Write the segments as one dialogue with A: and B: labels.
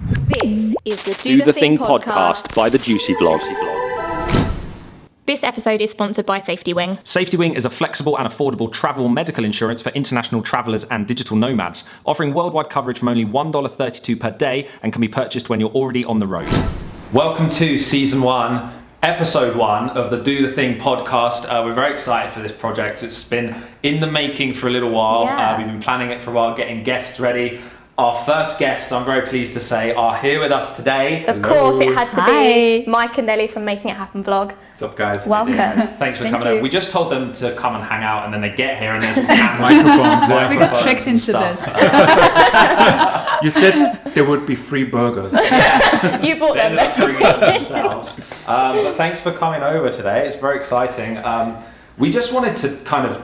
A: This is the Do,
B: Do the Thing podcast by the Juicy Vlog.
A: This episode is sponsored by Safety Wing.
C: Safety Wing is a flexible and affordable travel medical insurance for international travelers and digital nomads, offering worldwide coverage from only $1.32 per day and can be purchased when you're already on the road. Welcome to season one, episode one of the Do the Thing podcast. Uh, we're very excited for this project. It's been in the making for a little while.
A: Yeah.
C: Uh, we've been planning it for a while, getting guests ready. Our first guests, I'm very pleased to say, are here with us today.
A: Of course, it had to be Mike and Nelly from Making It Happen blog.
D: What's up, guys?
A: Welcome.
C: Thanks for
A: Thank
C: coming over.
A: you.
C: We just told them to come and hang out, and then they get here and there's
D: Microphones. there.
C: We
E: We got tricked into this.
D: You said there would be free burgers.
A: you bought
C: They ended
A: them.
C: up bringing it themselves. Um, but thanks for coming over today. It's very exciting. Um, we just wanted to kind of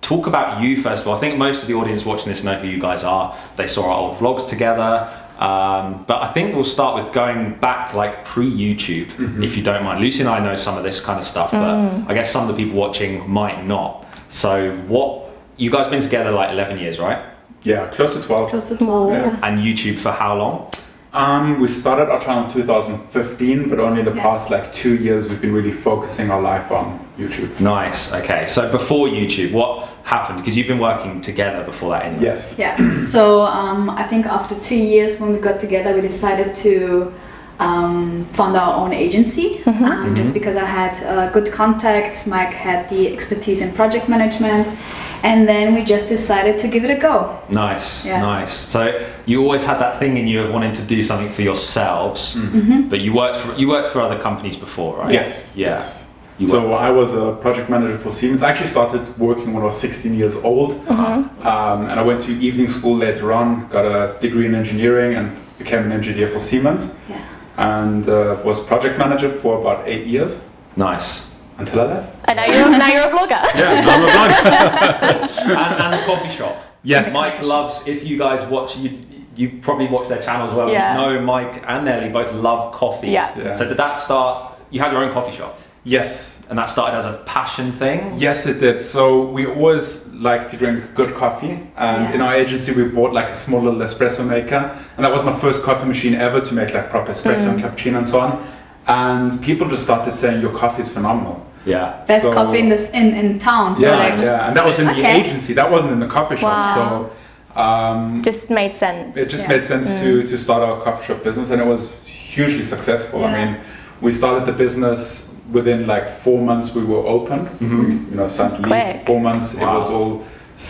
C: talk about you first of all. I think most of the audience watching this know who you guys are. They saw our old vlogs together. Um, but I think we'll start with going back like pre YouTube, if you don't mind. Lucy and I know some of this kind of stuff, but
E: Mm.
C: I guess some of the people watching might not. So, what you guys been together like 11 years, right?
D: yeah, close to 12.
E: Close to
A: Oh.
E: 12.
D: Yeah.
C: And YouTube for how long?
D: Um, we started our channel in 2015, but only the
E: Yeah.
D: past like two years we've been really focusing our life on YouTube.
C: Nice. Okay. So before YouTube, what happened? Because you've been working together before that, anyway.
D: Yes.
E: Yeah. So um, I think after two years when we got together, we decided to um, found our own agency. Um, Just because I had uh, good contacts, Mike had the expertise in project management, and then we just decided to give it a go.
C: Nice.
E: Yeah.
C: Nice. So you always had that thing in you of wanting to do something for yourselves,
D: Mm-hmm.
A: Mm-hmm.
C: but you worked for you worked for other companies before, right?
D: Yes.
C: Yeah.
D: Yes.
C: You
D: So I was a project manager for Siemens. I actually started working when I was 16 years old,
E: Uh-huh.
D: um, and I went to evening school later on. Got a degree in engineering and became an engineer for Siemens,
E: Yeah.
D: and uh, was project manager for about eight years
C: Nice.
D: until I left.
A: And now you're, now you're a vlogger.
D: Yeah, now I'm a vlogger.
C: and, and the coffee shop.
D: Yes.
C: Mike loves. If you guys watch you. You probably watch their channels well.
A: Yeah.
C: No, Mike and Nelly both love coffee.
A: Yeah.
D: Yeah.
C: So did that start? You had your own coffee shop,
D: Yes,
C: and that started as a passion thing.
D: yes, it did. So we always like to drink good coffee, and
E: Yeah.
D: in our agency we bought like a small little espresso maker, and that was my first coffee machine ever to make like proper espresso
E: Mm.
D: and cappuccino and so on. And people just started saying your coffee is phenomenal.
C: Yeah.
E: Best
D: So-
E: coffee in this in, in town. So
D: yeah,
E: like,
D: yeah, and that was in the
E: Okay.
D: agency. That wasn't in the coffee shop.
A: Wow.
D: So um,
A: Just made sense.
D: it just
E: Yeah.
D: made sense to
A: Mm.
D: to start our coffee shop business, and it was hugely successful. I
E: Yeah.
D: mean, we started the business within like four months. We were open. You know, signed
A: That's
D: lease.
A: quick.
D: Four months. It was
C: Mm-hmm. Wow.
D: all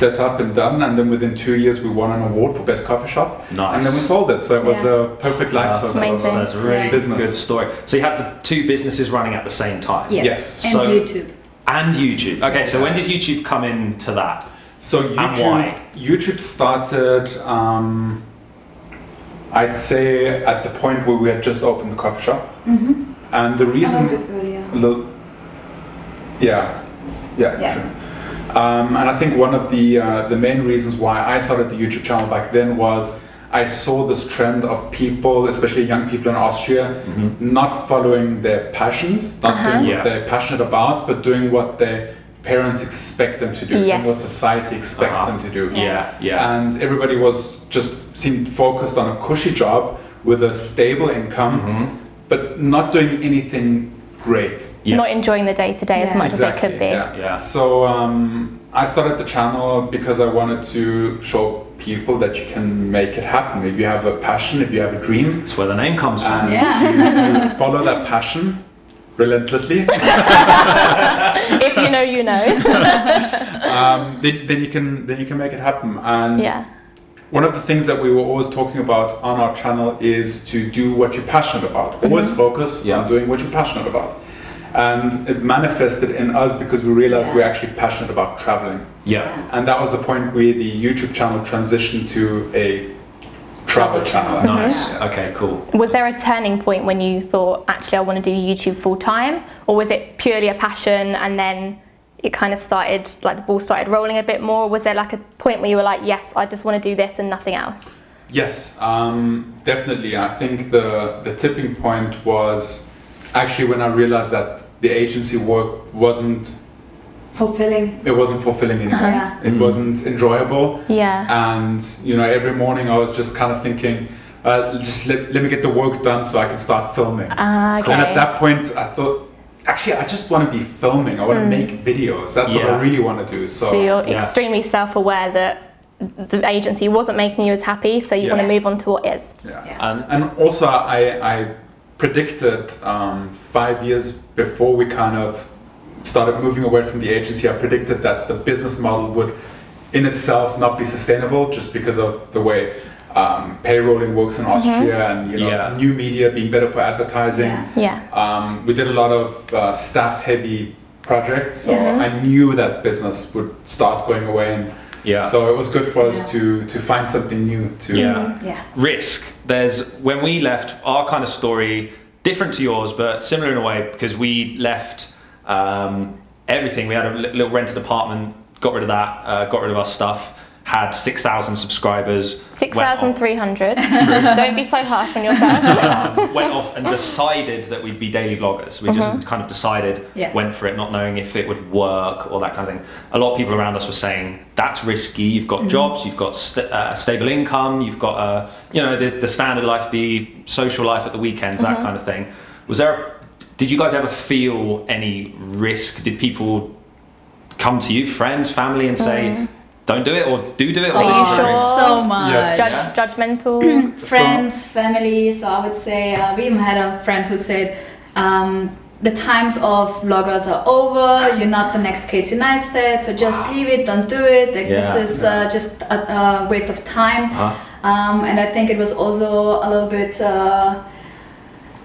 D: set up and done, and then within two years, we won an award for best coffee shop.
C: Nice.
D: And then we sold it, so it was
E: Yeah.
D: a perfect life. So that was
A: Amazing.
C: So
D: uh,
C: it's a really
E: Yeah.
D: Business.
C: good story. So you had the two businesses running at the same time.
E: Yes.
D: Yes.
E: And
C: So-
E: YouTube.
C: And YouTube. Okay, so when did YouTube come into that?
D: So
C: And why?
D: YouTube, YouTube started, um, I'd say, at the point where we had just opened the coffee shop,
A: Mm-hmm.
D: and the
E: A
A: Oh,
E: little
D: reason,
E: bit earlier.
D: the, yeah, yeah,
E: Yeah.
D: true. Um, and I think one of the uh, the main reasons why I started the YouTube channel back then was I saw this trend of people, especially young people in Austria, not following their passions, not doing what
C: Mm-hmm. Yeah.
D: they're passionate about, but doing what their parents expect them to do,
A: Yes.
D: and what society expects
C: Uh-huh.
D: them to do.
C: Yeah, yeah.
D: And everybody was just seemed focused on a cushy job with a stable income,
C: Mm-hmm.
D: but not doing anything great.
C: Yeah.
A: Not enjoying the day to day as
E: Yeah.
A: much as it could be.
D: Yeah.
C: Yeah.
D: So um, I started the channel because I wanted to show people that you can make it happen. If you have a passion, if you have a dream,
C: That's where the name comes from.
D: and you follow that passion relentlessly,
A: If you know, you know.
D: um, then, then you can then you can make it happen. And
A: yeah.
D: one of the things that we were always talking about on our channel is to do what you're passionate
A: Mm-hmm.
D: about. Always focus
C: Yeah.
D: on doing what you're passionate about. And it manifested in us because we realized
E: Yeah.
D: we're actually passionate about traveling.
C: yeah.
D: And that was the point where the YouTube channel transitioned to a travel channel.
C: Nice. Okay, cool.
A: Was there a turning point when you thought, actually, I want to do YouTube full time? Or was it purely a passion and then it kind of started, like the ball started rolling a bit more? Was there like a point where you were like, yes, I just want to do this and nothing else?
D: Yes, um, definitely. I think the, the tipping point was actually when I realized that the agency work wasn't,
E: Fulfilling.
D: it wasn't fulfilling anymore.
A: Uh-huh.
E: Yeah.
D: It wasn't enjoyable.
A: Yeah.
D: And, you know, every morning I was just kind of thinking, uh, just let, let me get the work done so I can start filming.
A: Ah, okay.
D: And at that point, I thought, actually, I just want to be filming. I want to make videos. That's what
C: Yeah.
D: I really want to do. So,
A: Mm. So you're
C: yeah.
A: extremely self-aware that the agency wasn't making you as happy, so you want to
D: Yes.
A: move on to what is.
D: yeah.
E: Yeah.
C: And
D: And also, I, I predicted um, five years before we kind of started moving away from the agency, I predicted that the business model would in itself not be sustainable just because of the way um, payrolling works in
E: Mm-hmm.
D: Austria and you know,
C: Yeah.
D: new media being better for advertising.
E: Yeah.
A: Yeah.
D: Um, we did a lot of uh, staff heavy projects, so
E: Mm-hmm.
A: Mhm.
D: I knew that business would start going away. And
C: Yeah.
D: So it was good for us
E: Yeah.
D: to, to find something new to.
C: yeah.
E: Yeah.
C: risk there's when we left our kind of story different to yours but similar in a way because we left um, everything we had a li- little rented apartment got rid of that uh, got rid of our stuff had 6000 subscribers
A: Six
C: went off-
A: thousand three hundred. Don't be so harsh on yourself.
C: um, went off and decided that we'd be daily vloggers. We
A: Uh-huh.
C: just kind of decided,
E: Yeah.
C: went for it, not knowing if it would work or that kind of thing. A lot of people around us were saying that's risky. You've got
A: Mm-hmm.
C: jobs, you've got st- uh, stable income, you've got uh, you know the, the standard life, the social life at the weekends,
A: Uh-huh.
C: that kind of thing. Was there? A, did you guys ever feel any risk? Did people come to you, friends, family, and say? Don't do it, or do do it.
A: Uh-huh.
C: Or
A: Are
C: this
A: you
C: is a
A: sure?
C: risk?"
E: So much.
D: Yes.
A: Judge,
D: Yeah.
A: Judgmental.
E: friends, family. So I would say uh, we even had a friend who said, um, "The times of vloggers are over. You're not the next Casey Neistat. So just leave it. Don't do it. Like
C: Yeah.
E: this is uh, just a, a waste of time."
C: Uh-huh.
E: Um, and I think it was also a little bit. Uh,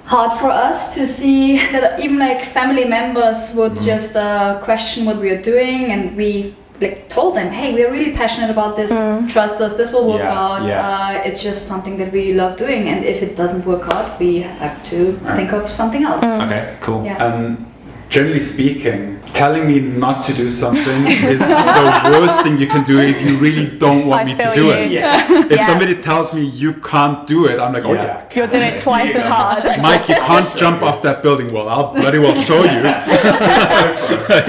E: hard for us to see that even like family members would
C: Mm-hmm.
E: just uh, question what we are doing and we like told them hey we are really passionate about this trust us this will work
C: Yeah,
E: out
C: yeah.
E: Uh, it's just something that we love doing and if it doesn't work out we have to think of something else
C: Okay, cool.
E: yeah
D: And Um, generally speaking, telling me not to do something is the worst thing you can do if you really don't want
A: I
D: me to
A: feel
D: do
A: you.
D: it.
C: Yeah.
D: If
A: Yeah.
D: somebody tells me you can't do it, I'm like, oh
C: Yeah.
D: yeah.
A: You're doing it twice as hard.
D: Mike, you can't jump off that building. Well, I'll bloody well show you.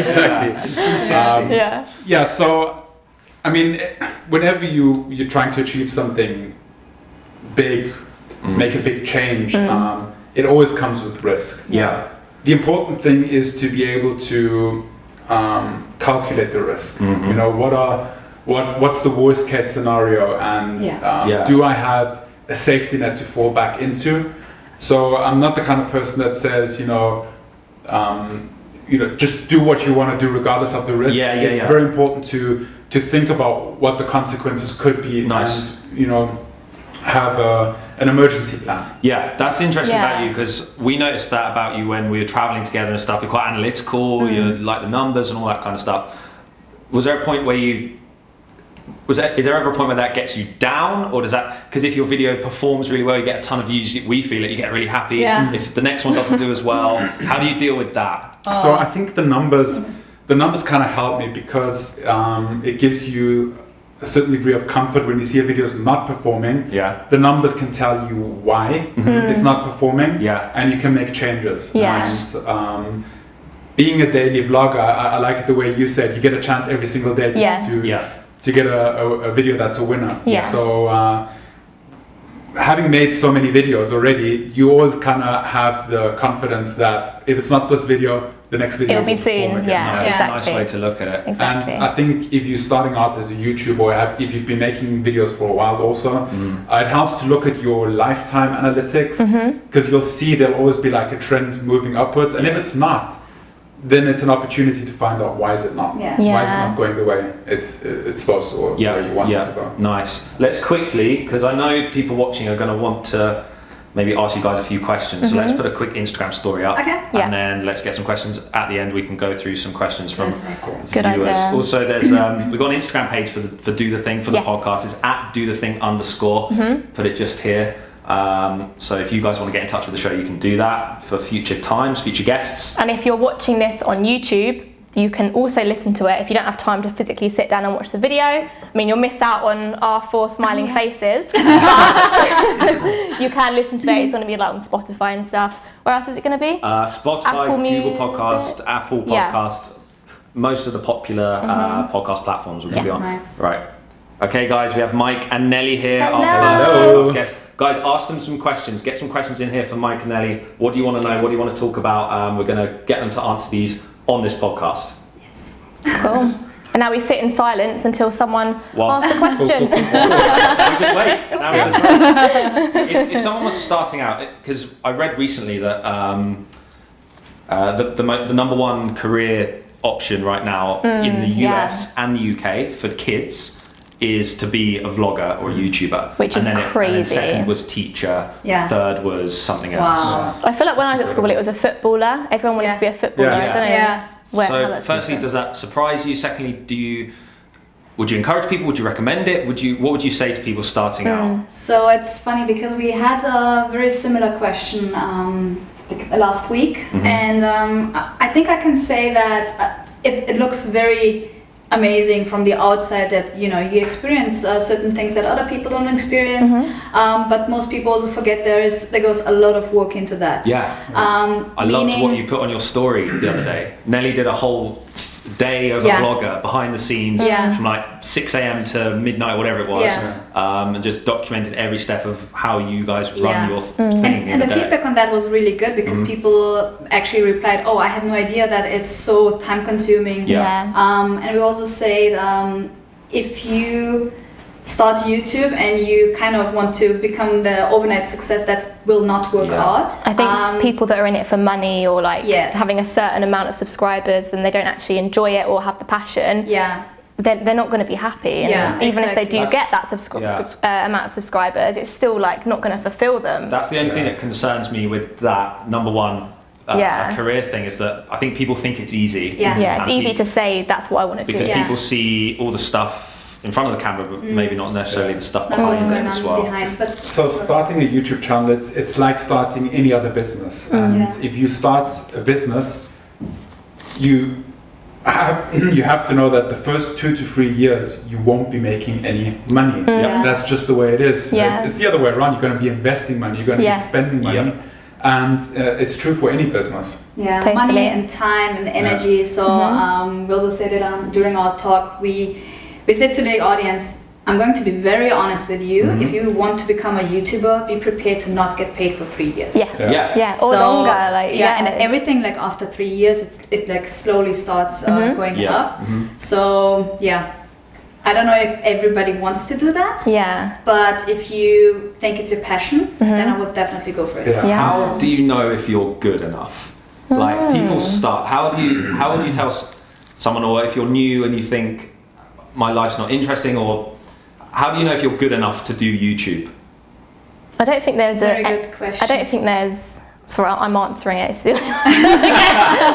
D: exactly. Um,
A: Yeah.
D: Yeah, so I mean, eh, whenever you you're trying to achieve something big,
C: Mm.
D: make a big change,
A: Mm.
D: um, it always comes with risk.
C: Yeah.
D: the important thing is to be able to um, calculate the risk.
C: Mm-hmm.
D: You know, what are what what's the worst case scenario, and
E: Yeah.
D: um,
C: Yeah.
D: do I have a safety net to fall back into? So I'm not the kind of person that says, you know, um, you know, just do what you want to do regardless of the risk.
C: Yeah, yeah,
D: it's
C: yeah.
D: very important to to think about what the consequences could be,
C: Nice.
D: and you know, have a, an emergency plan.
C: Yeah, that's interesting
A: Yeah.
C: about you because we noticed that about you when we were traveling together and stuff. You're quite analytical.
A: Mm.
C: You like the numbers and all that kind of stuff. Was there a point where you was there, is there ever a point where that gets you down, or does that because if your video performs really well, you get a ton of views, you- we feel it, you get really happy.
E: Yeah.
C: If the next one doesn't do as well, how do you deal with that?
D: So I think the numbers, the numbers kind of help me because um, it gives you a certain degree of comfort when you see a video is not performing.
C: Yeah.
D: The numbers can tell you why it's not performing.
C: Yeah.
D: And you can make changes.
A: Yeah.
D: And, um, being a daily vlogger, I, I like it the way you said you get a chance every single day to
A: Yeah.
D: to,
C: Yeah.
D: to get a, a, a video that's a winner.
A: Yeah.
D: So. Uh, having made so many videos already, you always kind of have the confidence that if it's not this video, the next video
A: It'll be
D: will perform
A: soon,
D: again.
A: yeah.
C: That's a nice
A: Exactly.
C: way to look at it.
D: And uh,
A: Exactly.
D: I think if you're starting out as a YouTuber, or have, if you've been making videos for a while, also, uh, it helps to look at your lifetime analytics
A: Mm-hmm.
D: because you'll see there'll always be like a trend moving upwards. And if it's not, then it's an opportunity to find out why is it not?
E: Yeah.
D: Why is it
A: Yeah.
D: not going the way it's it's supposed to or the way you want it to go?
C: Nice. Let's quickly, because I know people watching are going to want to maybe ask you guys a few questions. So let's put a quick Instagram story up.
E: Okay.
C: And
A: Mm-hmm. Yeah.
C: then let's get some questions. At the end, we can go through some questions from
E: Perfect.
A: Good
C: viewers.
A: idea.
C: Also, there's um, we've got an Instagram page for the, for Do the Thing for the
A: Yes. Mm-hmm.
C: podcast. It's at Do the Thing underscore. Put it just here. Um, so if you guys want to get in touch with the show, you can do that for future times, future guests.
A: And if you're watching this on YouTube, you can also listen to it if you don't have time to physically sit down and watch the video. I mean, you'll miss out on our four smiling faces. but you can listen to it. It's going to be like on Spotify and stuff. Where else is it going to be?
C: Uh, Spotify,
A: Apple
C: Google
A: Music.
C: Podcast, Apple
A: Yeah. Mm-hmm.
C: Podcast, most of the popular uh, podcast platforms will
A: Yeah.
C: be on.
E: Nice.
C: Right. Okay, guys, we have Mike and Nelly here.
A: Hello.
C: Our first
D: Hello.
C: podcast guest. Guys, ask them some questions. Get some questions in here for Mike and Ellie. What do you want to know? What do you want to talk about? Um, we're going to get them to answer these on this podcast.
A: Cool. And now we sit in silence until someone
C: Whilst-
A: asks a question.
C: we just wait. Now we just wait. if, if someone was starting out, because I read recently that um, uh, the, the, mo- the number one career option right now in the
A: Mm, yeah.
C: US and the UK for kids is to be a vlogger or a YouTuber.
A: Which is
C: and then it- and then
A: crazy.
C: second was teacher.
E: Yeah.
C: Third was something else.
E: Wow.
A: I feel like when I was at school, it was a footballer. Everyone wanted
E: Yeah.
A: to be a footballer.
D: Yeah.
A: I don't know
E: Yeah.
A: where how
C: so,
A: that's
C: firstly,
A: different.
C: does that surprise you? Secondly, do you would you encourage people? Would you recommend it? Would you what would you say to people starting
A: Mm.
C: out?
E: So it's funny because we had a very similar question um, like last week,
C: Mm-hmm.
E: and um, I- I think I can say that uh, it, it looks very amazing from the outside that you know you experience uh, certain things that other people don't experience
C: Mm-hmm.
E: um, but most people also forget there is there goes a lot of work into that
C: Yeah.
E: um,
C: I loved
E: meaning,
C: what you put on your story the other day. Nelly did a whole day of
E: Yeah.
C: a vlogger behind the scenes
E: Yeah.
C: from like 6 a.m. to midnight, whatever it was,
E: Yeah.
C: um, and just documented every step of how you guys run
E: Yeah. Mm.
C: your thing.
E: And, and the
C: day.
E: feedback on that was really good because
C: Mm-hmm.
E: people actually replied, "Oh, I had no idea that it's so time-consuming."
C: Yeah.
A: yeah.
E: Um, and we also said um, if you start YouTube and you kind of want to become the overnight success, that will not work
C: Yeah.
E: out.
A: I think
E: Um,
A: people that are in it for money or like
E: Yes.
A: having a certain amount of subscribers and they don't actually enjoy it or have the passion,
E: Yeah.
A: they're, they're not going to be happy. And
E: Yeah,
A: even
E: exactly.
A: if they do
C: That's-
A: get that subscri-
C: yeah.
A: subs- uh, amount of subscribers, it's still like not going to fulfill them.
C: That's the only thing that concerns me with that number one uh,
A: Yeah.
C: career thing is that I think people think it's easy.
E: Yeah.
A: yeah, it's
C: And
A: easy to
C: pe-
A: say that's what I want to do.
C: because
E: Yeah. Mm.
C: people see all the stuff in front of the camera, but maybe not necessarily
D: Yeah.
C: the stuff
E: Not
C: behind
E: what's going
C: them as
E: on
C: well.
E: behind. But
D: So starting a YouTube channel, it's it's like starting any other business. And
E: Yeah.
D: if you start a business, you have you have to know that the first two to three years you won't be making any money.
E: Yeah.
D: That's just the way it is.
A: Yeah.
D: It's, it's the other way around. You're going to be investing money. You're going to
A: Yeah.
D: be spending money,
C: Yep.
D: and uh, it's true for any business.
E: yeah,
A: Totally. Mm-hmm.
E: money and time and energy. So um, we also said it um, during our talk. We we said to the audience, I'm going to be very honest with you.
D: Mm-hmm.
E: If you want to become a YouTuber, be prepared to not get paid for three years.
A: Yeah.
C: Yeah.
A: Yeah, or
E: So,
A: longer. Like
E: yeah, and everything like after three years, it's, it like slowly starts uh,
A: Mm-hmm.
E: going
C: Yeah. Mm-hmm.
E: up. So yeah, I don't know if everybody wants to do that,
A: yeah.
E: but if you think it's your passion,
A: Mm-hmm.
E: then I would definitely go for it.
D: Yeah.
A: Yeah. Oh.
C: How do you know if you're good enough? Like people start. How do you? How would you tell s- someone, or if you're new and you think my life's not interesting, or how do you know if you're good enough to do YouTube?
A: I don't think there's
E: Very
A: a.
E: good question.
A: I don't think there's. Sorry, I'm answering it. So-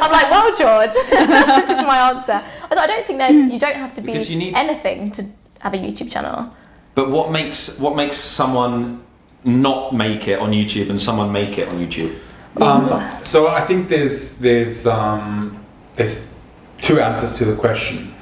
A: I'm like, well, George, this is my answer. I don't- I don't think there's. You don't have to be
C: Because you need-
A: anything to have a YouTube channel.
C: But what makes what makes someone not make it on YouTube and someone make it on YouTube?
D: Um, so I think there's there's um, there's two answers to the question.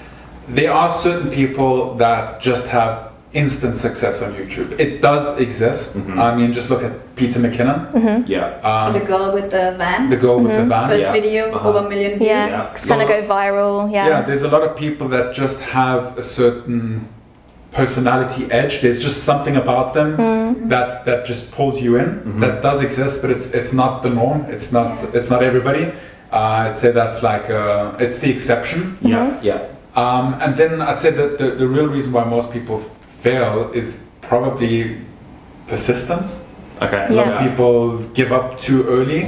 D: There are certain people that just have instant success on YouTube. It does exist. I mean, just look at Peter McKinnon,
A: Hmm? Mm-hmm.
D: um,
C: Yeah.
E: the girl with the van,
D: the girl with the van.
E: first
C: yeah.
E: video
C: Uh-huh.
E: over a million views.
A: Yeah,
C: Yeah.
A: it's gonna
D: So-
A: go viral. Yeah.
D: yeah, there's a lot of people that just have a certain personality edge. There's just something about them
A: Hmm.
D: that that just pulls you in. That does exist, but it's it's not the norm. It's not it's not everybody. Uh, I'd say that's like uh, it's the exception.
C: Yeah. Yeah.
D: Um, and then I'd say that the, the real reason why most people fail is probably persistence.
C: Okay. Mm-hmm.
D: A lot
A: Yeah.
D: of people give up too early.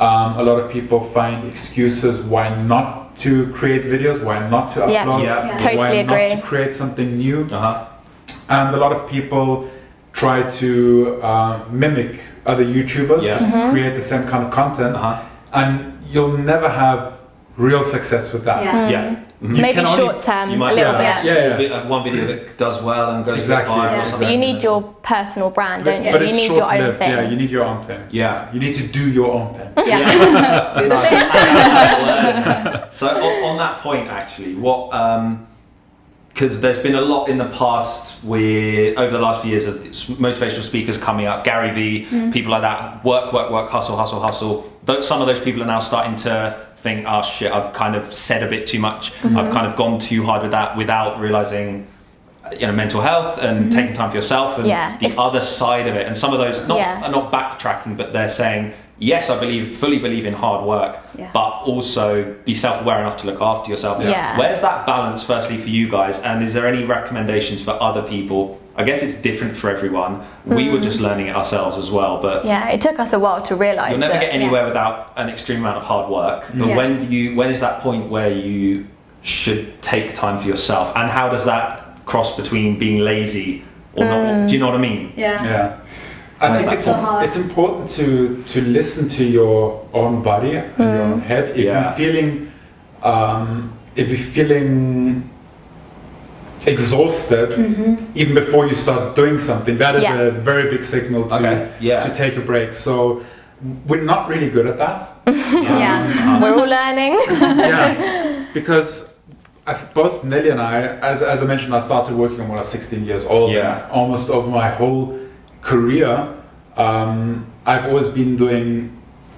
D: Um, a lot of people find excuses why not to create videos, why not to
A: Yeah.
C: Yeah.
D: upload,
E: Yeah.
D: why
A: Totally
D: not to
A: agree.
D: create something new.
C: Uh huh.
D: And a lot of people try to uh, mimic other YouTubers
C: Yeah.
D: just
A: Mm-hmm.
D: to create the same kind of content.
C: Uh-huh.
D: And you'll never have real success with that.
E: Yeah.
C: Yeah.
D: You
A: Maybe
D: can only-
A: short term,
C: You
A: Um, a
C: might
A: little
C: have
A: bit.
E: yeah.
D: Yeah, yeah.
C: vi- uh, one video that does well and goes
D: Exactly,
C: viral
E: yeah.
C: or
A: But
C: something.
A: you need your personal brand, don't you?
D: But
A: you
D: it's
A: need
D: short
A: your own
D: lived.
A: thing.
D: Yeah, you need your own thing.
C: Yeah.
D: You need to do your own thing.
E: Yeah. Do the thing.
C: so on, on that point, actually, what because there's been a lot in the past with over the last few years of s- motivational speakers coming up, Gary Vee,
A: Mm-hmm.
C: people like that. Work, work, work, hustle, hustle, hustle. Though some of those people are now starting to think, "Ah,
A: Mm-hmm.
C: shit, I've kind of said a bit too much. I've kind of gone too hard with that without realizing." you know mental health and taking time for yourself and
A: Mm-hmm. Yeah,
C: the
A: it's-
C: other side of it. And some of those not
A: Yeah.
C: are not backtracking, but they're saying yes, I believe fully believe in hard work,
E: Yeah.
C: but also be self aware enough to look after yourself.
A: Yeah. Yeah.
C: Where's that balance, firstly, for you guys? And is there any recommendations for other people? I guess it's different for everyone. We
E: Hmm.
C: were just learning it ourselves as well, but
A: Yeah, it took us a while to realise.
C: You'll never
A: that-
C: get anywhere without an extreme amount of hard work. But
E: Mm-hmm. Yeah.
C: when do you? When is that point where you should take time for yourself? And how does that cross between being lazy or
E: Mm.
C: not? Do you know what I mean?
E: Yeah.
A: Mm.
D: Yeah. I
C: Where's
D: think
C: that
D: it's,
E: so hard?
D: it's important to, to listen to your own body and your own head. If
C: Yeah.
D: you're feeling, um, if you're feeling exhausted, even before you start doing something, that is
A: Yeah.
D: a very big signal to,
C: Okay, yeah.
D: to take a break. So we're not really good at that.
E: Yeah.
A: We're all learning.
D: yeah, because i both Nelly and I, as, as I mentioned, I started working when I was 16 years old.
C: Yeah.
D: and Almost over my whole career, um, I've always been doing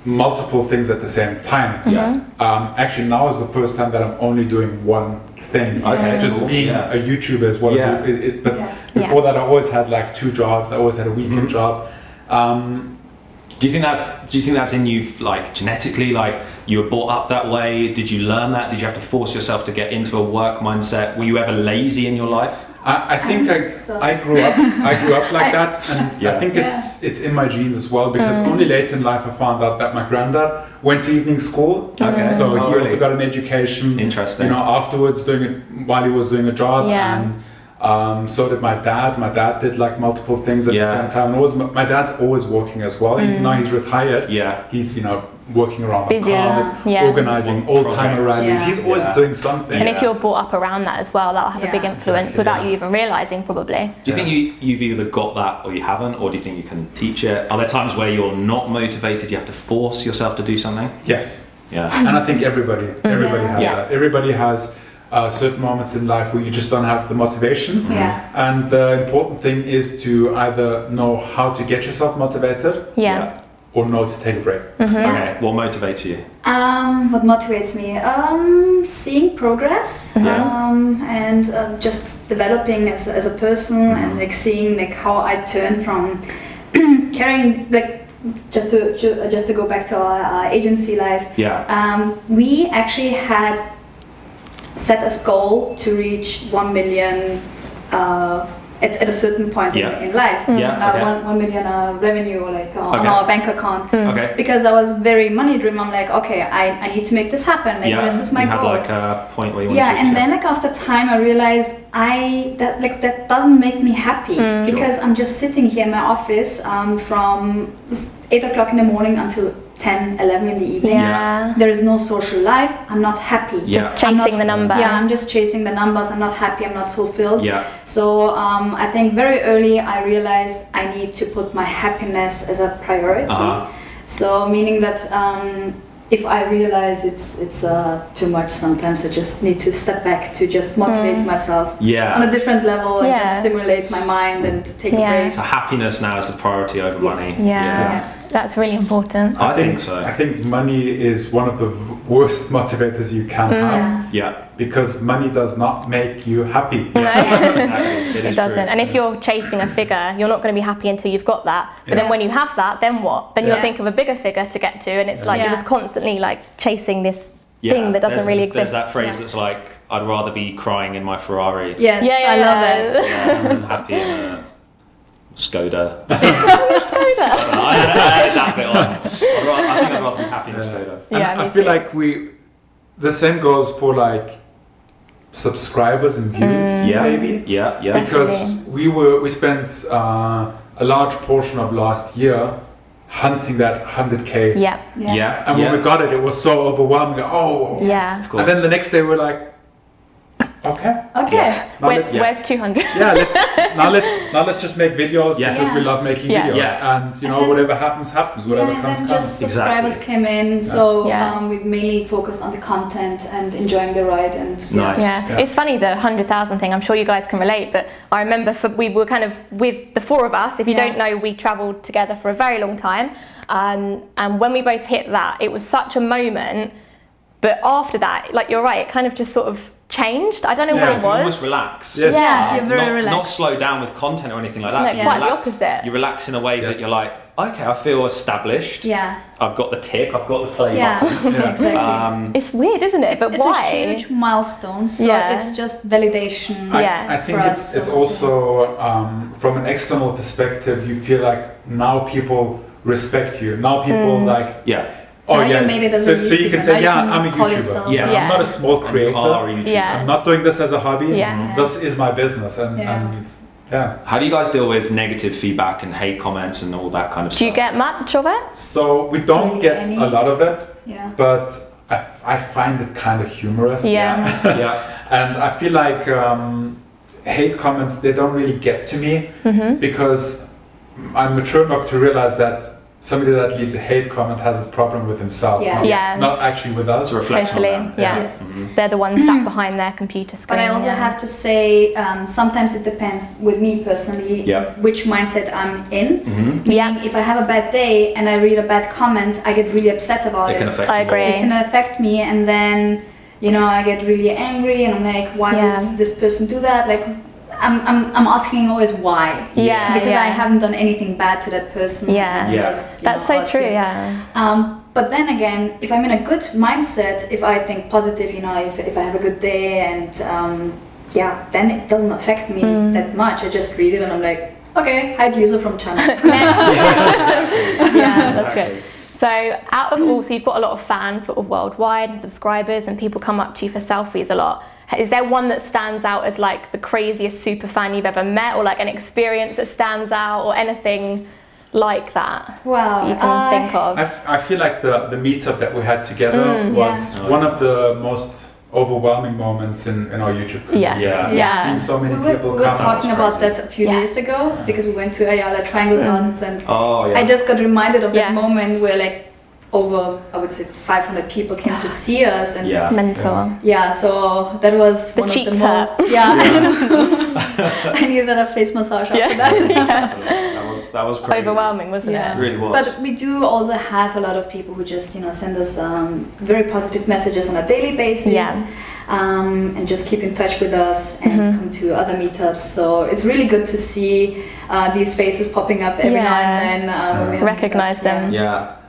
D: multiple things at the same time.
C: Yeah.
E: Mm-hmm.
D: Um, actually, now is the first time that I'm only doing one thing.
C: Okay,
D: Just
C: cool,
D: being
C: yeah.
D: a YouTuber is what
C: Yeah.
D: I do. It, it, but
E: Yeah.
D: before that, I always had like two jobs. I always had a weekend
C: Mm-hmm.
D: job. Um,
C: Do you think that's Do you think that's in you, like genetically? Like you were brought up that way? Did you learn that? Did you have to force yourself to get into a work mindset? Were you ever lazy in your life?
D: I, I think I,
E: so.
D: I grew up I grew up like that, and
C: Yeah.
D: I think it's it's in my genes as well because only late in life I found out that my granddad went to evening school,
C: Okay.
D: so he
C: Oh, really?
D: also got an education.
C: Interesting.
D: You know, afterwards doing it while he was doing a job,
A: Yeah.
D: and um, so did my dad. My dad did like multiple things at
C: Yeah.
D: the same time. Always, my dad's always working as well. Even now he's retired.
C: Yeah.
D: he's you know working around
A: Busy,
D: the cars,
A: yeah.
D: organizing
C: Work
D: old timer
C: projects.
D: rallies.
E: Yeah.
D: He's always
C: Yeah.
D: doing something.
A: And if you're brought up around that as well, that'll have a big
E: Yeah.
A: influence
D: Exactly,
A: without
D: yeah.
A: you even realising, probably.
C: Do you think you, you've either got that or you haven't, or do you think you can teach it? Are there times where you're not motivated, you have to force yourself to do something?
D: yes.
C: Yeah.
D: and I think everybody everybody has
C: Yeah.
D: that. Everybody has uh, certain moments in life where you just don't have the motivation.
E: Yeah.
D: And the important thing is to either know how to get yourself motivated
A: Yeah.
D: or know to take a break.
C: Okay, what motivates you?
E: Um, what motivates me? Um, seeing progress
C: Yeah.
E: um, and uh, just developing as, as a person and like seeing like how I turned from carrying like just to ju- just to go back to our, our agency life.
C: Yeah.
E: Um, we actually had set as goal to reach one million. Uh, at, at a certain point
C: Yeah.
E: in, in life,
C: Yeah,
E: uh,
C: okay.
E: one, one million uh, revenue like uh, on
C: Okay.
E: our bank account,
C: Okay.
E: because I was very money driven. I'm like, okay, I, I need to make this happen. Like
C: yeah.
E: this is my
C: you
E: goal.
C: had like a point where you wanted
E: yeah,
C: to
E: and
C: reach
E: then like after time, I realized I that like that doesn't make me happy
A: Hmm.
E: because I'm just sitting here in my office um, from s- eight o'clock in the morning until 10, 11 in the evening.
A: Yeah.
E: There is no social life. I'm not happy.
C: Yeah.
A: Just
E: I'm not
A: chasing the number.
E: Yeah, I'm just chasing the numbers. I'm not happy. I'm not fulfilled.
C: Yeah.
E: So um, I think very early I realized I need to put my happiness as a priority.
C: Uh-huh.
E: So meaning that um, if I realize it's it's uh, too much sometimes, I just need to step back to just motivate myself
C: Yeah.
E: on a different level and just
A: Mm. Yeah.
E: stimulate my mind and take
A: Yeah.
E: a break.
C: So happiness now is the priority over
E: Yes.
A: Yeah.
C: money.
A: That's really important.
C: I think so.
D: I think money is one of the v- worst motivators you can
C: Uh-huh.
D: have
C: Yeah.
D: because money does not make you happy.
C: Exactly.
A: it
C: is
A: doesn't.
C: true.
A: And if you're chasing a figure, you're not going to be happy until you've got that. But then
D: Yeah.
A: when you have that, then what? Then you'll
E: Yeah.
A: think of a bigger figure to get to. And it's like
E: Yeah.
A: you're just constantly like chasing this thing that doesn't
C: there's-
A: really exist.
C: There's that phrase
E: Yeah.
C: that's like, I'd rather be crying in my Ferrari
E: Yes,
A: Yeah, yeah,
E: I love
A: yeah.
E: it.
C: Yeah, I'm happy in a Skoda. Skoda. I had that bit on. I'd rather- I think I'd rather be happy in a Skoda.
D: And
A: Yeah,
D: I
A: me
D: feel
A: too.
D: like we, the same goes for like subscribers and views,
A: Mm.
C: Yeah.
D: maybe.
C: Yeah. Yeah.
D: because
A: Definitely.
D: we were we spent uh, a large portion of last year hunting that 100k
A: Yeah.
E: Yeah.
C: Yeah. Yeah.
D: and when we got it it was so overwhelming oh
A: Yeah.
C: Of
D: and then the next day we're like okay
E: Okay.
C: Yeah.
D: now
A: Where,
D: let's, yeah.
A: Where's 200?
D: let's now let's now let's just make videos
C: Yeah.
D: because we
E: Yeah.
D: love making
A: Yeah.
D: videos
C: Yeah.
D: and you know
E: And then-
D: whatever happens happens whatever
E: yeah, and
D: comes
E: then
D: comes
E: just subscribers
C: Exactly.
E: came in, so
A: Yeah.
E: um, we mainly focused on the content and enjoying the ride and
C: Nice.
A: Yeah.
D: Yeah.
A: it's funny the 100,000 thing. I'm sure you guys can relate, but I remember for, we were kind of with the four of us. If you
E: Yeah.
A: don't know, we travelled together for a very long time. Um, and when we both hit that, it was such a moment. But after that, like you're right, it kind of just sort of changed. I don't know
D: Yeah,
A: what
D: you
A: it
C: You
A: was.
C: almost relax.
D: Yes.
E: Yeah, you're very
C: not,
E: relaxed.
C: Not slow down with content or anything like that.
A: No,
C: You
A: quite the
C: relax-
A: opposite.
C: You relax in a way
D: Yes.
C: that you're like, okay, I feel established.
E: Yeah.
C: I've got the tick. I've got the play
E: Yeah.
C: button.
E: Exactly.
C: Um,
A: It's weird, isn't it? but
E: it's
A: why?
E: a huge milestone, so
A: Yeah.
E: it's just validation.
D: I,
A: Yeah.
D: I think
E: For
D: it's,
E: us,
D: it's
E: so it's-
D: also um, from an external perspective, you feel like now people respect you. Now people
E: Mm.
D: like,
C: yeah.
D: oh
E: Now you
D: yeah.
E: made it as
D: so,
E: a
D: so you can
E: YouTuber. Now
D: say,
E: you
D: yeah,
E: can
D: I'm a
E: call
D: YouTuber.
E: yourself-
C: Yeah.
A: Yeah.
D: I'm not a small
C: And you are
D: creator.
C: a YouTuber.
A: Yeah.
D: I'm not doing this as a hobby.
A: Yeah.
D: This is my business. And,
E: Yeah.
D: and yeah.
C: How do you guys deal with negative feedback and hate comments and all that kind of
A: Do you
C: stuff?
A: get much of it?
D: So we don't
E: Really
D: get
E: any-
D: a lot of it,
E: Yeah.
D: but I, I find it kind of humorous.
A: Yeah.
C: yeah.
D: And I feel like um, hate comments, they don't really get to me
A: Mm-hmm.
D: because I'm mature enough to realize that somebody that leaves a hate comment has a problem with himself,
E: Yeah.
D: Not,
A: Yeah.
D: not actually with us.
C: It's a reflection
A: Totally.
C: on that.
A: Yeah.
E: Yes.
C: Mm-hmm.
A: They're the ones sat behind their computer screen.
E: But I also
A: yeah.
E: have to say, um, sometimes it depends with me personally
C: Yeah.
E: which mindset I'm in.
C: Mhm.
E: Meaning,
A: Mm-hmm. Yeah.
E: if I have a bad day and I read a bad comment, I get really upset about
C: It
E: it.
C: can affect
A: I
C: you all.
A: agree.
E: it can affect me, and then you know I get really angry and I'm like, why
A: Yeah.
E: would this person do that? Like, I'm I'm, I'm asking always why.
A: Yeah,
E: Because I
A: yeah.
E: haven't done anything bad to that person.
A: Yeah.
E: and
C: Yeah.
E: just, you
A: That's
E: know,
A: so
E: I
A: true.
E: feel-
A: Yeah.
E: um, but then again, if I'm in a good mindset, if I think positive, you know, if, if I have a good day and um, yeah, then it doesn't affect me
A: Hmm.
E: that much. I just read it and I'm like, okay, hide user from channel.
A: yeah, that's good. So, out of all, so you've got a lot of fans sort of worldwide and subscribers, and people come up to you for selfies a lot. Is there one that stands out as like the craziest super fan you've ever met, or like an experience that stands out, or anything like that
E: wow. uh,
A: that you can
E: I-
A: think of?
D: Uh, I, f- I feel like the, the meetup that we had together was
C: yeah.
D: one of the most overwhelming moments in, in our YouTube community.
A: Yeah.
C: Yeah.
D: I've
A: Yeah.
D: seen so many
E: we were,
D: people
E: we were
D: come. out.
E: talking about that a few
A: Yeah. Hmm.
E: days ago because we went to Ayala Triangle Gardens and
C: Oh, yeah.
E: I just got reminded of that
A: Yeah.
E: moment where like over, I would say 500 people came to see us and
C: Yeah.
A: Mental.
E: Yeah, so that was
A: The
E: one
A: cheeks
E: of the
A: hurt.
E: most. Yeah, I know. I needed a face massage after
A: Yeah.
E: that.
C: that was that was crazy.
A: Overwhelming, wasn't
E: Yeah.
A: it?
C: It really was.
E: But we do also have a lot of people who just you know send us um, very positive messages on a daily basis.
A: Yeah.
E: Um, and just keep in touch with us and
A: Mm-hmm.
E: come to other meetups. So it's really good to see uh, these faces popping up every now
A: Yeah.
E: and then. Um, when we have
A: Recognize
E: meetups,
A: them.
C: Yeah.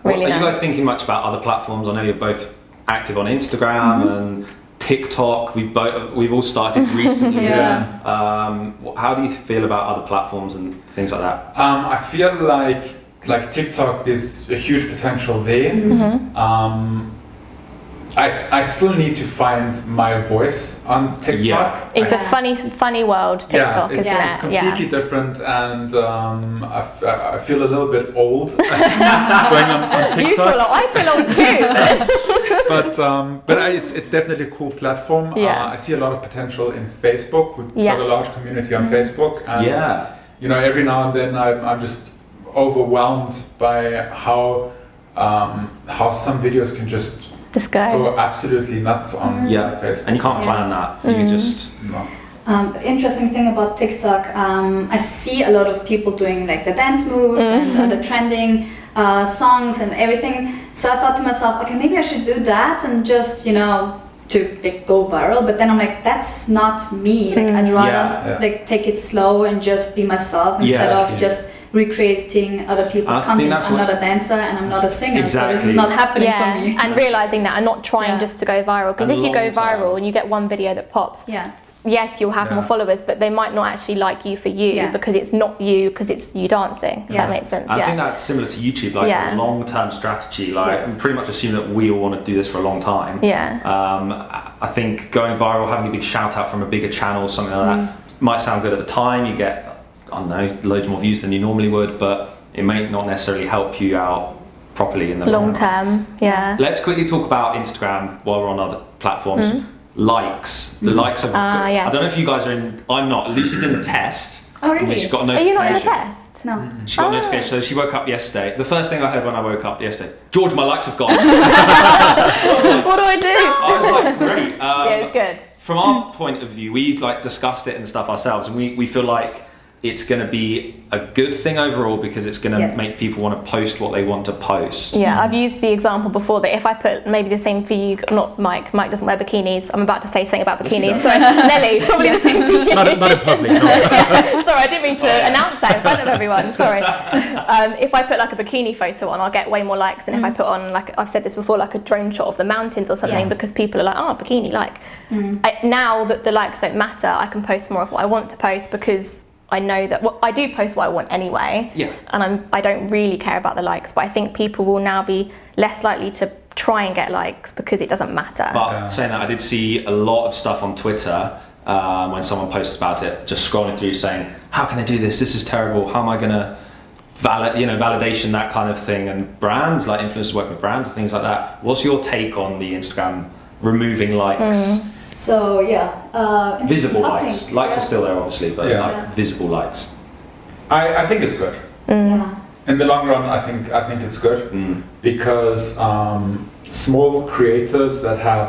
A: Really
C: Well, are you
A: nice.
C: guys thinking much about other platforms? I know you're both active on
A: Mm-hmm.
C: Instagram and TikTok. We've both we've all started recently.
E: Yeah.
C: Um, wh- how do you feel about other platforms and things like that?
D: Um, I feel like like TikTok, there's a huge potential there. Um, I, I still need to find my voice on TikTok.
A: It's
D: I-
A: a funny, funny world, TikTok,
D: yeah, it's,
A: isn't
D: it's
A: it? yeah.
D: completely different, and um, I, f- I feel a little bit old going on, on
A: You feel
D: TikTok.
A: old. I feel old too. but it's-
D: But um, but I, it's it's definitely a cool platform.
A: Yeah.
D: Uh, I see a lot of potential in Facebook. We've
A: Yeah. Mm-hmm.
D: got a large community on Facebook. And
C: yeah.
D: you know, every now and then I'm, I'm just overwhelmed by how um, how some videos can just
A: Just go.
D: go absolutely nuts on
A: Mm.
C: Yeah.
D: Facebook.
C: And you can't
E: Yeah.
C: plan that.
A: Mm-hmm.
C: You can just
D: No.
E: Um, interesting thing about TikTok, um, I see a lot of people doing like the dance moves and uh, the trending uh, songs and everything. So I thought to myself, okay, maybe I should do that and just you know to like, go viral. But then I'm like, that's not me. Like I'd rather
C: Yeah,
D: yeah.
E: like take it slow and just be myself
C: Yeah,
E: instead of
D: yeah.
E: just recreating other people's
C: I think
E: content.
C: that's
E: I'm
C: what-
E: not a dancer and I'm not a singer, so this
C: Exactly.
E: is not happening
A: Yeah,
E: for me.
A: and realizing that and not trying
E: Yeah.
A: just to go viral. Because
C: And
A: if you go
C: long term.
A: viral and you get one video that pops,
E: yeah.
A: yes, you'll have more
D: Yeah.
A: followers, but they might not actually like you for you
E: Yeah.
A: because it's not you because it's you dancing. Does
E: Yeah.
A: that make sense?
C: I
A: yeah.
C: think that's similar to YouTube, like
A: Yeah.
C: a long-term strategy. Like,
E: Yes.
C: I'm pretty much assuming that we all want to do this for a long time.
A: Yeah.
C: Um, I I think going viral, having a big shout out from a bigger channel, something like
A: Mm.
C: that, might sound good at the time. You get, I don't know, loads more views than you normally would, but it may not necessarily help you out properly in the
A: Long
C: run.
A: term. Yeah.
C: Let's quickly talk about Instagram while we're on other platforms. Likes, the likes of.
A: Mm-hmm. Ah, yes.
C: I don't know if you guys are in. I'm not. Lucy's in the test.
E: Oh, really?
C: She's got a
A: Are you not in the
C: notification.
A: test?
E: No.
C: She got
A: Oh.
C: a notification. So she woke up yesterday. The first thing I heard when I woke up yesterday, George, my likes have gone. I
A: What do I do?
C: was like, great. Um,
A: Yeah, it's good.
C: From our point of view, we like discussed it and stuff ourselves, and we, we feel like it's going to be a good thing overall because it's going to
E: Yes.
C: make people want to post what they want to post.
A: Yeah, I've used the example before that if I put maybe the same for you, not Mike. Mike doesn't wear bikinis. I'm about to say something about
C: Yes, he
A: bikinis. Sorry, Nelly, probably the same for you.
F: Not, in- not in public. No.
A: Sorry, I didn't mean to announce that in front of everyone. Sorry. Um, if I put like a bikini photo on, I'll get way more likes than if I
F: Mm.
A: put on like I've said this before, like a drone shot of the mountains or something,
E: Yeah.
A: because people are like, oh, bikini like.
F: Mm.
A: I, now that the likes don't matter, I can post more of what I want to post because I know that well, I do post what I want anyway.
C: Yeah.
A: And I'm I don't really care about the likes, but I think people will now be less likely to try and get likes because it doesn't matter.
C: But
D: Yeah.
C: saying that, I did see a lot of stuff on Twitter um, when someone posted about it, just scrolling through saying, "How can I do this? This is terrible. How am I gonna valid, you know, validation that kind of thing?" And brands like influencers working with brands and things like that. What's your take on the Instagram removing likes,
E: So yeah, uh, interesting
C: visible
E: topic.
C: likes? Likes
E: Mm-hmm. yeah.
C: are still there, obviously, but
D: Yeah.
E: Yeah.
C: like visible likes.
D: I, I think it's good.
E: Yeah.
D: In the long run, I think I think it's good
C: Mm.
D: because um, small creators that have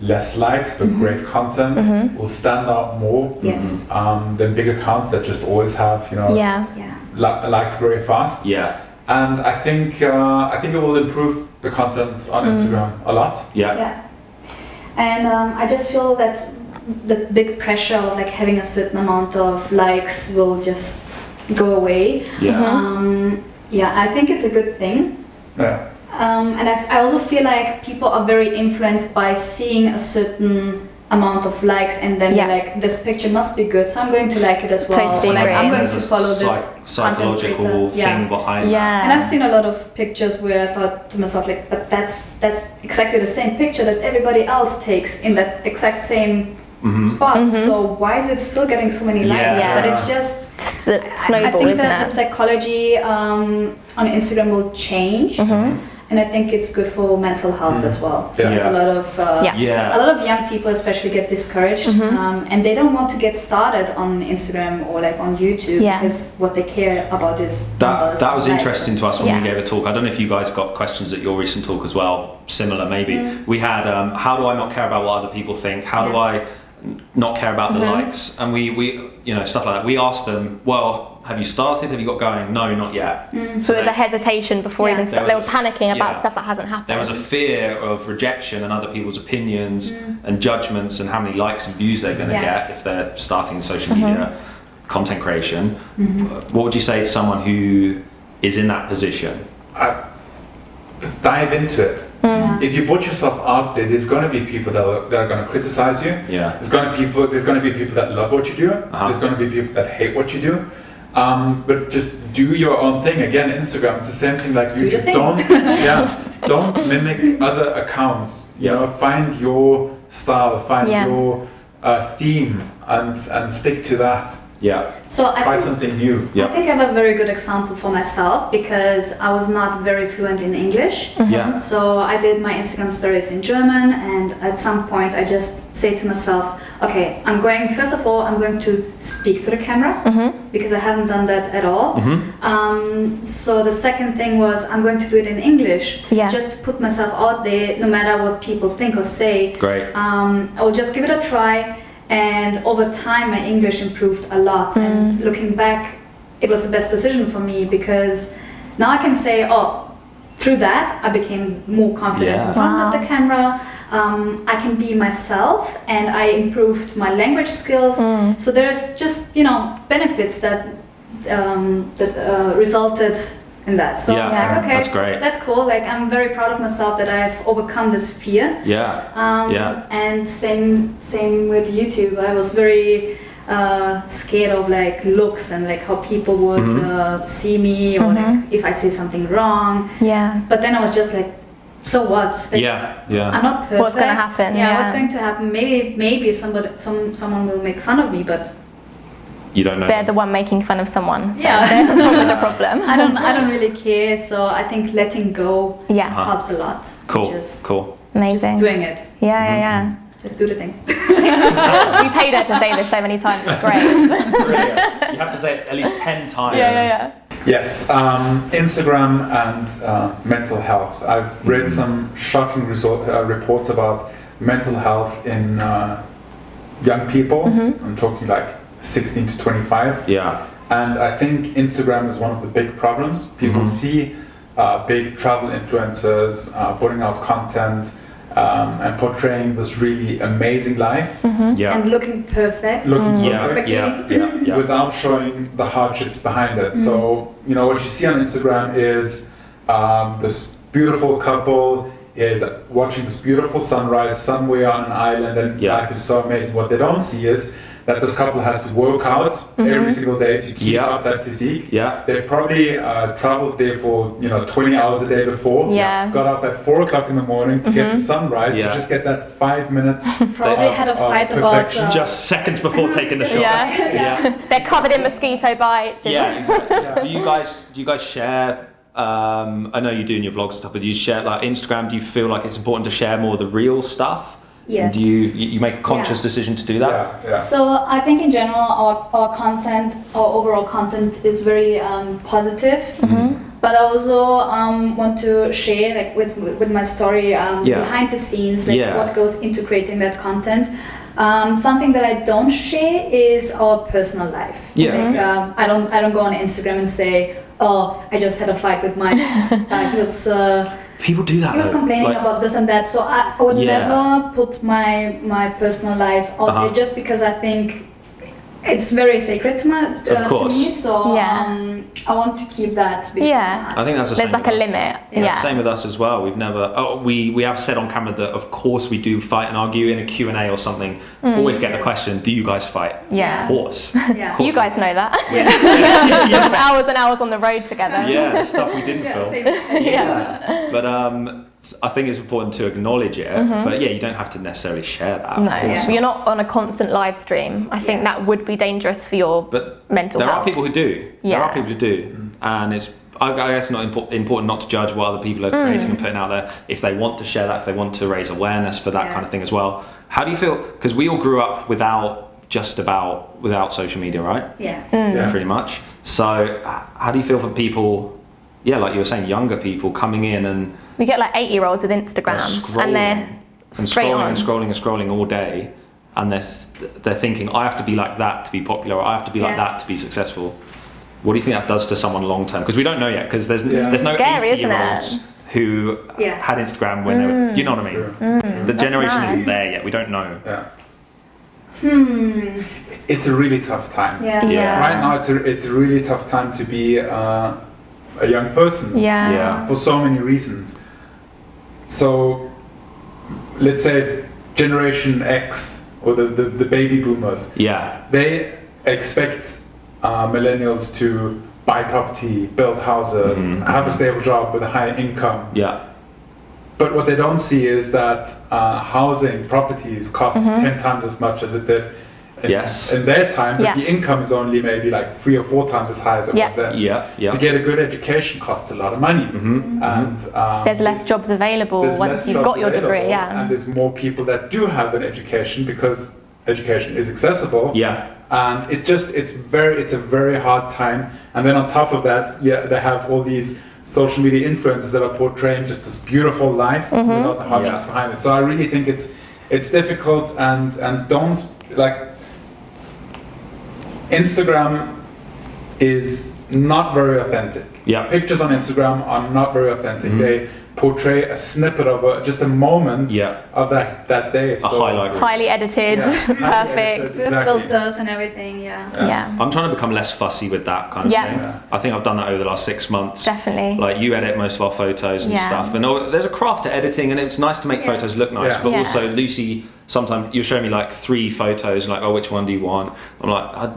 D: less likes
A: Mm-hmm.
D: but great content will stand out more
E: Yes.
D: um, than big accounts that just always have you know
A: yeah.
E: Yeah.
D: li- likes very fast.
C: Yeah,
D: And I think uh, I think it will improve the content on Instagram a lot.
C: yeah,
E: Yeah. And um, I just feel that the big pressure of like having a certain amount of likes will just go away.
A: Mm-hmm.
C: yeah.
E: Um, yeah, I think it's a good thing.
D: Yeah.
E: Um, and I, I also feel like people are very influenced by seeing a certain amount of likes and then
A: Yeah.
E: like this picture must be good so i'm going to like it as well
A: Totally
E: Or, like i'm
A: agree.
E: going to
C: There's a
E: follow this
C: psych-
E: content
C: psychological
E: creator.
C: thing
E: yeah.
C: behind that.
A: Yeah.
E: And I've seen a lot of pictures where I thought to myself, like, but that's that's exactly the same picture that everybody else takes in that exact same
C: Mm-hmm.
E: spot.
A: Mm-hmm.
E: So why is it still getting so many likes?
A: Yeah.
E: But it's just
A: The
E: I
A: snowball,
E: think
A: isn't
E: that
A: it?
E: the psychology um, on Instagram will change,
A: Mm-hmm.
E: and I think it's good for mental health as well.
D: Yeah.
E: There's a lot of uh,
A: Yeah.
C: Mm-hmm.
A: Mm-hmm.
C: Yeah.
E: a lot of young people especially get discouraged, um, and they don't want to get started on Instagram or like on YouTube
A: Yeah.
E: because what they care about is
C: That,
E: numbers
C: that
E: and
C: was
E: likes.
C: interesting to us when
A: Yeah.
C: we gave a talk. I don't know if you guys got questions at your recent talk as well, similar maybe. We had, um, how do I not care about what other people think? How do
E: Mm-hmm. Yeah. Mm-hmm.
C: I n- not care about the likes? And we, we, you know, stuff like that. We asked them, well, have you started? Have you got going? No, not yet.
E: Mm-hmm.
A: So there's a
C: Like-
A: hesitation before
E: Yeah.
A: even
C: There
A: st- they were
C: was a-
A: panicking about
C: yeah.
A: stuff that hasn't happened.
C: There was a fear of rejection and other people's opinions and judgments and how many likes and views they're going to
E: Mm-hmm. Yeah. Mm-hmm.
C: get if they're starting social media content creation. What would you say to someone who is in that position?
D: I, dive into it.
A: Mm-hmm.
E: Yeah.
D: If you put yourself out there, there's gonna be people that are, that are gonna criticize you.
C: Yeah.
D: There's gonna people. There's gonna be people that love what you do.
C: Uh-huh.
D: There's gonna be people that hate what you do. Um, but just do your own thing. Again, Instagram. It's the same thing like
E: Do your
D: YouTube.
E: thing.
D: Don't yeah. Don't mimic other accounts. You
C: Yeah.
D: know, find your style. Find
A: Yeah.
D: your uh, theme and and stick to that.
C: Yeah.
E: So I
D: Try
E: think-
D: something new.
C: Yeah.
E: I think I have a very good example for myself because I was not very fluent in
A: Mm-hmm.
E: English.
C: Yeah.
E: So I did my Instagram stories in German, and at some point I just say to myself, okay, I'm going, first of all, I'm going to speak to the camera
A: Mm-hmm.
E: because I haven't done that at all.
C: Mm-hmm.
E: Um, so the second thing was, I'm going to do it in English
A: Yeah.
E: just to put myself out there no matter what people think or say.
C: Great.
E: Um, I'll just give it a try. And over time, my English improved a lot. And looking back, it was the best decision for me because now I can say, oh, through that, I became more confident
C: Yeah.
E: in front of
A: Wow.
E: the camera. Um, I can be myself, and I improved my language skills.
A: Mm.
E: So there's just you know benefits that um, that uh, resulted in that. So
C: Yeah,
E: I'm like, okay,
C: that's great.
E: That's cool. Like I'm very proud of myself that I've overcome this fear.
C: Yeah.
E: Um,
C: Yeah.
E: And same same with YouTube. I was very uh, scared of like looks and like how people would
C: Mm-hmm.
E: uh, see me or
A: Mm-hmm.
E: like if I say something wrong.
A: yeah.
E: But then I was just like, so what? Like,
C: yeah, yeah,
E: I'm not perfect.
A: What's gonna happen?
E: Yeah, What's
A: Yeah.
E: going to happen? Maybe maybe somebody some someone will make fun of me, but
C: you don't know.
A: They're the one making fun of someone. So
E: Yeah.
A: They're the one with the problem.
E: I don't I don't really care. So I think letting go
A: Yeah.
C: Uh-huh.
E: helps a lot.
C: cool,
E: Just,
C: cool.
A: Amazing.
E: Just doing it.
A: yeah, yeah,
E: Just do the thing.
A: yeah.
C: Mm-hmm.
A: we paid her to say this so many times. It's great.
C: Brilliant. you have to say it at least ten times.
A: yeah.
D: Yes, um, Instagram and uh, mental health. I've read some shocking result, uh, reports about mental health in uh, young people. I'm talking like 16 to 25.
C: yeah,
D: And I think Instagram is one of the big problems. People see uh, big travel influencers uh, putting out content um, and portraying this really amazing life,
A: Mm-hmm.
C: Yeah.
E: and looking perfect.
D: looking perfect
C: yeah, yeah, yeah, yeah. Mm-hmm.
D: without showing the hardships behind it. So, you know, what you see on Instagram is um, this beautiful couple is watching this beautiful sunrise somewhere on an island and
C: Yeah.
D: life is so amazing. What they don't see is that this couple has to work out every single day to keep
C: Mm-hmm. Yeah.
D: up that physique.
C: yeah.
D: They probably uh, traveled there for, you know, 20 hours a day before.
A: Yeah.
D: Got up at 4 o'clock in the morning to get the sunrise
C: Mm-hmm. Yeah.
D: to just get that 5 minutes.
E: Probably
D: They-
E: had a
D: of- of
E: fight about.
D: perfection.
E: uh,
B: Just seconds before taking the shot.
A: Yeah.
C: Yeah.
A: They're covered in mosquito bites. and-
C: Yeah, exactly.
D: Yeah.
C: Do you guys do you guys share? Um, I know you do in your vlogs and stuff, but do you share like Instagram? Do you feel like it's important to share more of the real stuff?
E: Yes.
C: Do you you you make a conscious decision to do that?
D: yeah, yeah.
E: So I think in general our, our content, our overall content is very um, positive.
C: Mm-hmm.
E: But I also um, want to share like with with my story um,
C: Yeah.
E: behind the scenes, like
C: Yeah.
E: what goes into creating that content. Um, something that I don't share is our personal life.
C: Yeah. Mm-hmm.
E: Like, um, I don't I don't go on Instagram and say, oh, I just had a fight with my uh, he was. Uh,
C: People do that.
E: he was
C: though.
E: complaining
C: Like-
E: about this and that, so I I would
C: Uh, Yeah.
E: never put my my personal life out
C: Uh-huh.
E: there just because I think it's very sacred to my uh, to
C: course.
E: me. So
A: Yeah.
E: um, I want to keep that. between
A: Yeah.
E: us.
C: I think that's the
A: There's
C: same
A: like a
C: with us.
A: limit.
E: Yeah.
A: Yeah.
C: Same with us as well. We've never. Oh, we we have said on camera that of course we do fight and argue in a Q and A or something. Always get the question, "Do you guys fight?" Of
A: Mm. Yeah.
C: course.
E: yeah.
C: cool.
A: You guys know that.
C: yeah, yeah,
A: hours and hours on the road together.
C: yeah, the stuff we didn't
E: Yeah,
C: film.
E: same.
C: yeah. But um, s- I think it's important to acknowledge it. But yeah, you don't have to necessarily share that. of
A: Mm-hmm. No,
C: course.
A: you're not on a constant live stream. I think that would be dangerous for your
C: But
A: mental
C: there
A: health.
C: are people who do. There
A: Yeah.
C: are people who do, and it's. I I guess not impor- important not to judge what other people are creating and putting out there. If they want to share that, if they want to raise awareness for that
E: Yeah.
C: kind of thing as well. How do you feel? Because we all grew up without just about without social media, right?
E: Yeah.
A: Mm.
D: Yeah.
C: pretty much. So, h- how do you feel for people? Yeah, like you were saying, younger people coming in and
A: You get like eight year olds with
C: they're
A: Instagram
C: scrolling
A: and they're
C: and
A: straight
C: scrolling
A: on.
C: and scrolling and scrolling all day, and they're s- they're thinking, I have to be like that to be popular, or I have to be like
E: Yeah.
C: that to be successful. What do you think that does to someone long term? Because we don't know yet. Because there's
D: Yeah.
C: there's no
A: Scary,
C: eighty
A: isn't Mm.
C: year olds who
E: Yeah.
C: had Instagram when they were. You know what I mean?
D: Sure.
C: The generation
A: mad.
C: isn't there yet. We don't know.
D: Yeah.
E: Hmm.
D: It's a really tough time.
E: Yeah.
A: Yeah.
D: Right now, it's a, it's a really tough time to be uh, a young person
A: yeah.
C: Yeah.
D: for so many reasons. So, let's say Generation X or the, the, the baby boomers,
C: Yeah.
D: they expect uh, millennials to buy property, build houses, have a stable job with a high income.
C: Yeah.
D: But what they don't see is that uh, housing properties cost
A: Mm-hmm.
D: 10 times as much as it did in,
C: Yes.
D: in their time, but
A: Yeah.
D: the income is only maybe like three or four times as high as it
A: Yeah.
D: was then.
C: Yeah. Yeah. Mm-hmm.
D: To get a good education costs a lot of money. And um,
A: Mm-hmm. There's less jobs available
D: there's
A: once
D: less
A: you've
D: jobs
A: got your degree.
D: available,
A: Yeah.
D: And there's more people that do have an education because education is accessible.
C: Yeah.
D: And it just it's very it's a very hard time. And then on top of that, yeah, they have all these social media influencers that are portraying just this beautiful life without the hardships
C: Yeah.
D: behind it. So I really think it's it's difficult and and don't like Instagram is not very authentic.
C: Yeah.
D: Pictures on Instagram are not very authentic. They portray a snippet of a, just a moment
C: Yeah.
D: of that, that day. So,
C: A highlight. reel.
A: Highly edited,
D: Yeah.
A: perfect.
E: With
D: Exactly.
E: filters and everything. Yeah.
A: Yeah.
C: I'm trying to become less fussy with that kind of
A: Yeah.
C: thing.
D: Yeah.
C: I think I've done that over the last six months.
A: Definitely.
C: Like you edit most of our photos and
A: Yeah.
C: stuff, and all, there's a craft to editing, and it's nice to make
E: Yeah.
C: photos look nice.
D: Yeah.
C: But
A: Yeah.
C: also, Lucy, sometimes you'll show me like three photos, and like, oh, which one do you want? I'm like, I,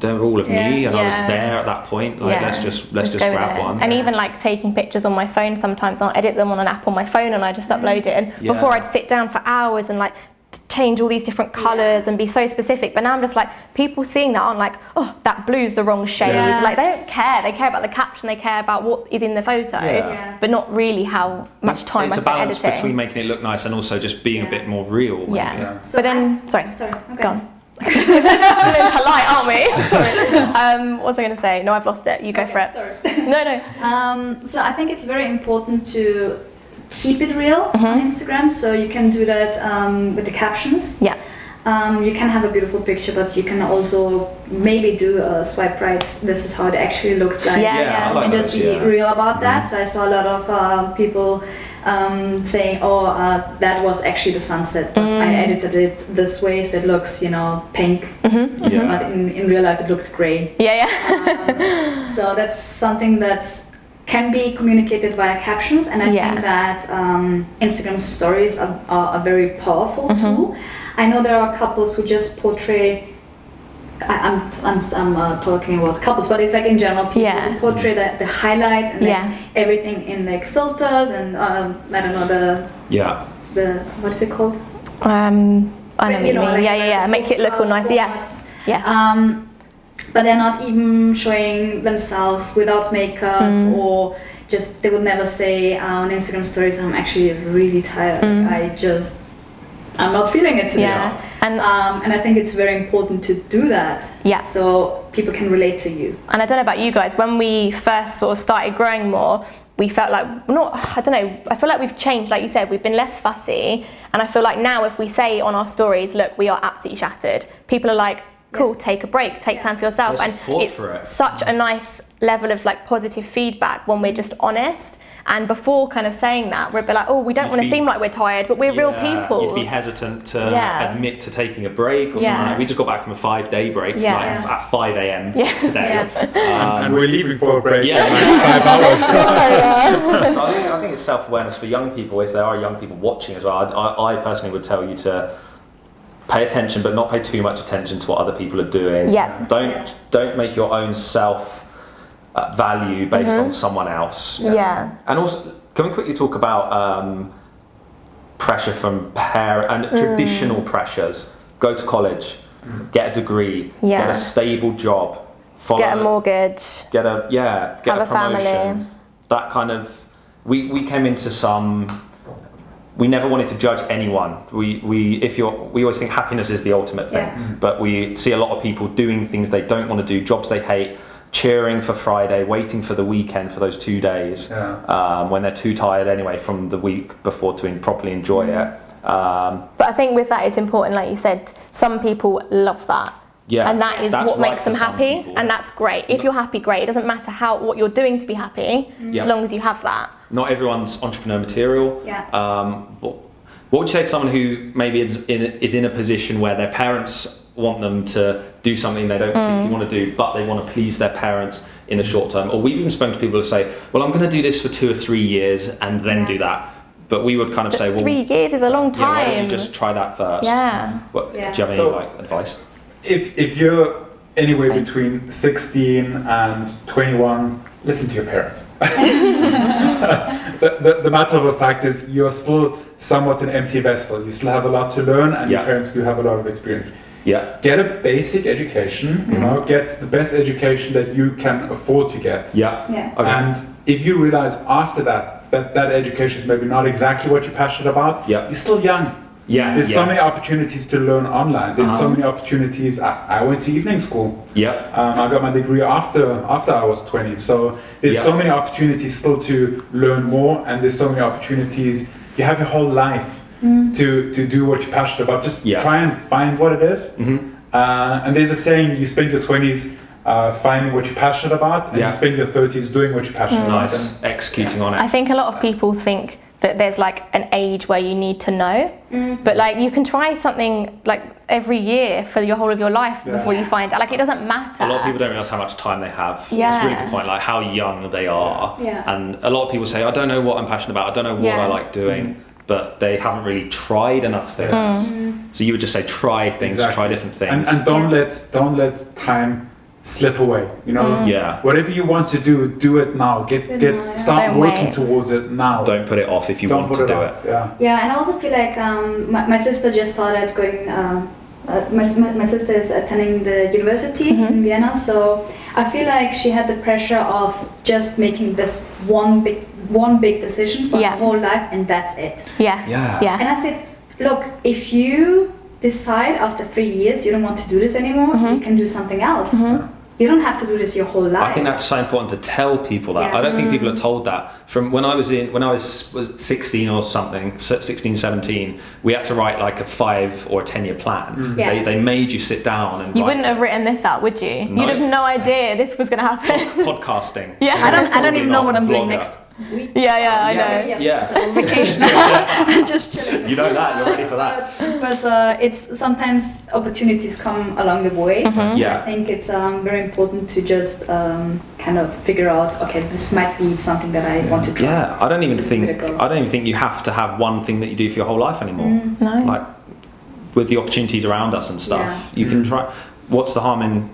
C: they're all of me,
E: Yeah.
C: and I was
A: Yeah.
C: there at that point. Like,
A: Yeah.
C: let's just let's just,
A: go with
C: grab
A: it.
C: one.
A: And even like taking pictures on my phone sometimes, I'll edit them on an app on my phone and I just upload it. And
C: Mm-hmm. Yeah.
A: before I'd sit down for hours and like t- change all these different colours and be so specific. But now I'm just like, people seeing that aren't like, oh, that blue's the wrong shade.
E: Yeah.
A: Like they don't care. They care about the caption, they care about what is in the photo,
C: Yeah.
A: but not really how much time
C: it's
A: I
C: a
A: spent
C: balance
A: editing.
C: between making it look nice and also just being a
E: Yeah.
C: bit more real. maybe.
A: yeah.
D: Yeah.
E: So
A: but then, sorry,
E: Sorry. Okay.
A: gone. We're being polite, aren't we? Sorry. Um, what was I going to say? No, I've lost it. You go
E: Okay,
A: for it.
E: Sorry.
A: No, no.
E: Um, so I think it's very important to
A: Mm-hmm.
E: keep it real on Instagram. So you can do that um, with the captions.
A: Yeah.
E: Um, you can have a beautiful picture, but you can also maybe do a swipe right. This is how it actually looked like.
A: Yeah, Yeah, yeah. I
E: Um,
C: like
E: and just
C: those,
E: be
C: yeah. Mm-hmm.
E: real about that. So I saw a lot of uh, people um, saying, "Oh, uh, that was actually the sunset, but I
A: Mm.
E: edited it this way, so it looks, you know, pink, but
C: Yeah.
E: in, in real life it looked gray."
A: Yeah, yeah.
E: Um, so that's something that can be communicated via captions, and I
A: Yeah.
E: think that um, Instagram stories are, are a very powerful
A: Mm-hmm.
E: tool. I know there are couples who just portray. I, I'm I'm, I'm uh, talking about couples, but it's like in general people
A: Yeah.
E: who portray the, the highlights and like
A: Yeah.
E: everything in like filters and um, I don't know the
C: Yeah.
E: the what is it called?
A: Um, I know what
E: But,
A: you mean.
E: like
A: yeah, yeah,
E: the-
A: yeah.
E: the
A: Makes it look all
E: postcard
A: nice. Yeah,
E: formats.
A: yeah.
E: Um, but they're not even showing themselves without makeup
A: Mm.
E: or just they would never say uh, on Instagram stories I'm actually really tired. I just I'm not feeling it today.
A: Mm. Yeah. And-
E: um, and I think it's very important to do that.
A: Yeah.
E: So people can relate to you.
A: And I don't know about you guys, when we first sort of started growing more, we felt like not I don't know, I feel like we've changed, like you said, we've been less fussy. And I feel like now if we say on our stories, look, we are absolutely shattered, people are like, Cool, take a break, take time for yourself.
C: There's support
A: and it's
C: for it.
A: such a nice level of like positive feedback when we're just honest. And before kind of saying that, we'd be like, oh, we don't
C: You'd
A: want to
C: be-
A: seem like we're tired, but we're real
C: Yeah,
A: people.
C: You'd be hesitant to
A: Yeah.
C: admit to taking a break or something
A: Yeah.
C: like that. We just got back from a five day break
A: Yeah.
C: like,
E: Yeah.
C: at 5 a.m. today.
E: Yeah.
D: and we're leaving for a break.
C: Yeah.
D: in Five hours.
C: So I think, I think it's self awareness for young people. If there are young people watching as well, I'd- I, I personally would tell you to pay attention, but not pay too much attention to what other people are doing.
A: Yeah.
C: Don't don't make your own self uh, value based on someone else.
A: Mm-hmm. yeah.
C: And also, can we quickly talk about um, pressure from parent and
A: Mm.
C: traditional pressures? Go to college,
D: Mm.
C: get a degree,
A: Yeah.
C: get a stable job, follow,
A: Get a mortgage.
C: get a yeah, get
A: Have a family.
C: promotion. That kind of we we came into some. We never wanted to judge anyone. We, we if you're we always think happiness is the ultimate thing,
E: Yeah.
C: but we see a lot of people doing things they don't want to do, jobs they hate, cheering for Friday, waiting for the weekend for those two days
D: Yeah.
C: um, when they're too tired anyway from the week before to en- properly enjoy it. Um,
A: But I think with that, it's important, like you said, some people love that.
C: Yeah,
A: And that is
C: that's
A: what
C: right
A: makes
C: for
A: them
C: some
A: happy,
C: people.
A: and that's great. If you're happy, great. It doesn't matter how what you're doing to be happy,
C: Yeah.
A: as long as you have that.
C: not everyone's entrepreneur material.
E: Yeah.
C: Um, what, what would you say to someone who maybe is in, is in a position where their parents want them to do something they don't
A: Mm.
C: particularly want to do, but they want to please their parents in the short term? Or we've even spoken to people who say, "Well, I'm going to do this for two or three years and then
E: Yeah.
C: do that." But we would kind of say, "Well,
A: Three years is a long
C: yeah, why don't
A: time.
C: you just try that first?
A: Yeah.
C: What,
E: Yeah.
C: Do you have any
D: So-
C: like advice?
D: If if you're anywhere between 16 and 21, listen to your parents. the, the, the matter of the fact is you're still somewhat an empty vessel. You still have a lot to learn, and
C: Yeah.
D: your parents do have a lot of experience.
C: Yeah.
D: Get a basic education. You know, get the best education that you can afford to get.
C: Yeah.
E: Yeah.
C: Okay.
D: And if you realize after that that that education is maybe not exactly what you're passionate about,
C: Yeah.
D: you're still young.
C: yeah.
D: There's
C: yeah. Uh-huh.
D: so many opportunities to learn online. There's so many opportunities. I, I went to evening school.
C: Yeah.
D: Um, I got my degree after after I was 20. So there's
C: Yeah.
D: so many opportunities still to learn more, and there's so many opportunities. You have your whole life to to do what you're passionate about. Just
C: Yeah. Mm-hmm.
D: try and find what it is. Uh, and there's a saying: you spend your 20s uh, finding what you're passionate about, and
C: Yeah.
D: you spend your 30s doing what you're
A: Um,
D: passionate about. And
C: Nice. Executing on it.
A: I think a lot of people think that there's like an age where you need to know, but like you can try something like every year for your whole of your life before you find out. Like it doesn't matter.
C: a lot of people don't realize how much time they have. It's a really
A: Ah. Yeah.
C: good point, like how young they are.
E: Yeah.
C: And a lot of people say, I don't know what I'm passionate about, I don't know what
A: Yeah.
C: I like doing, but they haven't really tried enough things.
A: Mm.
C: So you would just say, try things, try different things.
D: And, and don't let don't let time slip away. You know,
C: Yeah.
D: Whatever you want to do, do it now. Get
E: Do it
D: get
E: now, yeah.
D: start
A: Don't
D: working
A: wait.
D: towards it now.
C: don't put it off if you
D: Don't
C: want
D: put
C: to
D: it
C: do
D: off.
C: it.
D: Yeah.
E: Yeah, and I also feel like um, my, my sister just started going. Uh, uh, my, my, my sister is attending the university in Vienna, so I feel like she had the pressure of just making this one big one big decision for
A: Yeah.
E: her whole life, and that's it.
A: Yeah.
C: Yeah.
E: And I said, look, if Mm-hmm. you decide after three years you don't want to do this anymore, you can do something else. you don't have to do this your whole life.
C: I think that's so important to tell people that.
E: Yeah.
C: I don't think people are told that. From when I was in, when I was was 16 or something, s- 16, 17, we had to write like a five or 10 year plan.
E: Yeah.
C: They, they made you sit down and
A: You
C: write
A: wouldn't have written this out, would you?
C: No.
A: You'd have no idea this was going to happen.
C: podcasting.
A: Yeah.
E: I don't. I don't
C: Probably
E: even know
C: not
E: what I'm doing
C: vlogger.
E: next week.
A: yeah, yeah, I know.
E: Yes,
C: Yeah.
E: it's a vacation. Just chilling.
C: You know that, you're ready for that.
E: But, but, uh, it's sometimes opportunities come along the way. I
C: Yeah.
E: think it's um, very important to just um, kind of figure out. Okay, this might be something that I want to try.
C: Yeah, I don't even
E: Just
C: think
E: give it a go.
C: I don't even think you have to have one thing that you do for your whole life anymore.
E: Mm. Mm-hmm.
A: No.
C: Like with the opportunities around us and stuff,
E: Yeah.
C: you can try. What's the harm in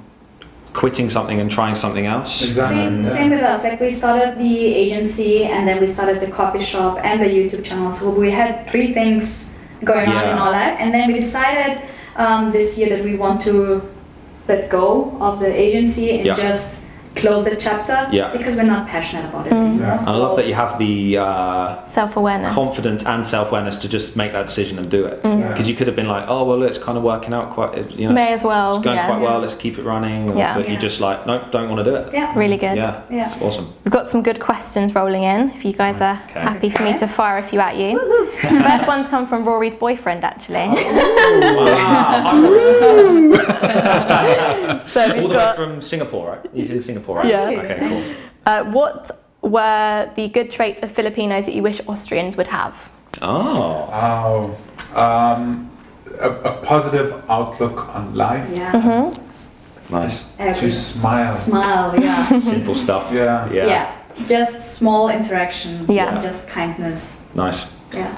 C: quitting something and trying something else?
D: Exactly.
E: Same,
C: And, uh,
E: same with us. Like we started the agency, and then we started the coffee shop and the YouTube channel. So we had three things going on in
C: Yeah.
E: our life, and then we decided um, this year that we want to let go of the agency and
C: Yeah.
E: just close the chapter
C: Yeah.
E: because we're not passionate about it. anymore.
D: Yeah.
C: I love that you have the uh,
A: Self awareness.
C: confidence and self awareness to just make that decision and do
E: Mm.
C: it.
D: Yeah.
C: Because you could have been like, oh well, look, it's kind of working out quite, it- you know,
A: May as well.
C: it's going
A: yeah.
C: quite well. Let's keep it running.
A: Yeah.
C: But you
E: Yeah.
C: just like, nope, don't want to do it.
E: Yeah.
A: Really good.
C: Yeah.
E: Yeah.
C: It's awesome.
A: We've got some good questions rolling in. If you guys
C: Nice.
A: are
C: Okay.
A: happy for me to fire a few at you. First one's come from Rory's boyfriend,
C: Oh.
A: actually. So
C: All
A: we've
C: the way
A: got,
C: from Singapore, right? He's in Singapore, right?
A: Yeah.
C: Okay, cool.
A: uh, what were the good traits of Filipinos that you wish Austrians would have?
C: Oh.
D: Oh, um, a, a positive outlook on life.
E: Yeah.
A: Mm-hmm.
C: Nice.
E: Uh,
D: To smile.
E: smile. Yeah.
C: Simple stuff.
D: Yeah.
C: Yeah.
E: Just small interactions.
A: Yeah.
E: and Just kindness.
C: Nice.
E: Yeah.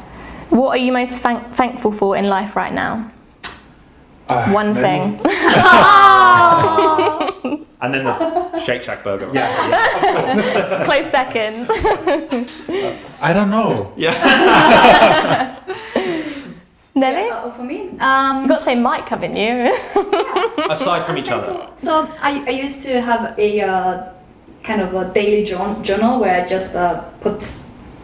A: What are you most thank- thankful for in life right now?
D: Ah,
A: One
D: maybe-
A: thing.
C: And then the Shake Shack burger. right?
D: Yeah.
A: Close second.
D: I don't know.
A: Nelly?
E: Uh, for me, um,
A: You've got to say Mike, haven't you?
C: Aside from each other.
E: So I, I used to have a uh, kind of a daily jour- journal where I just uh, put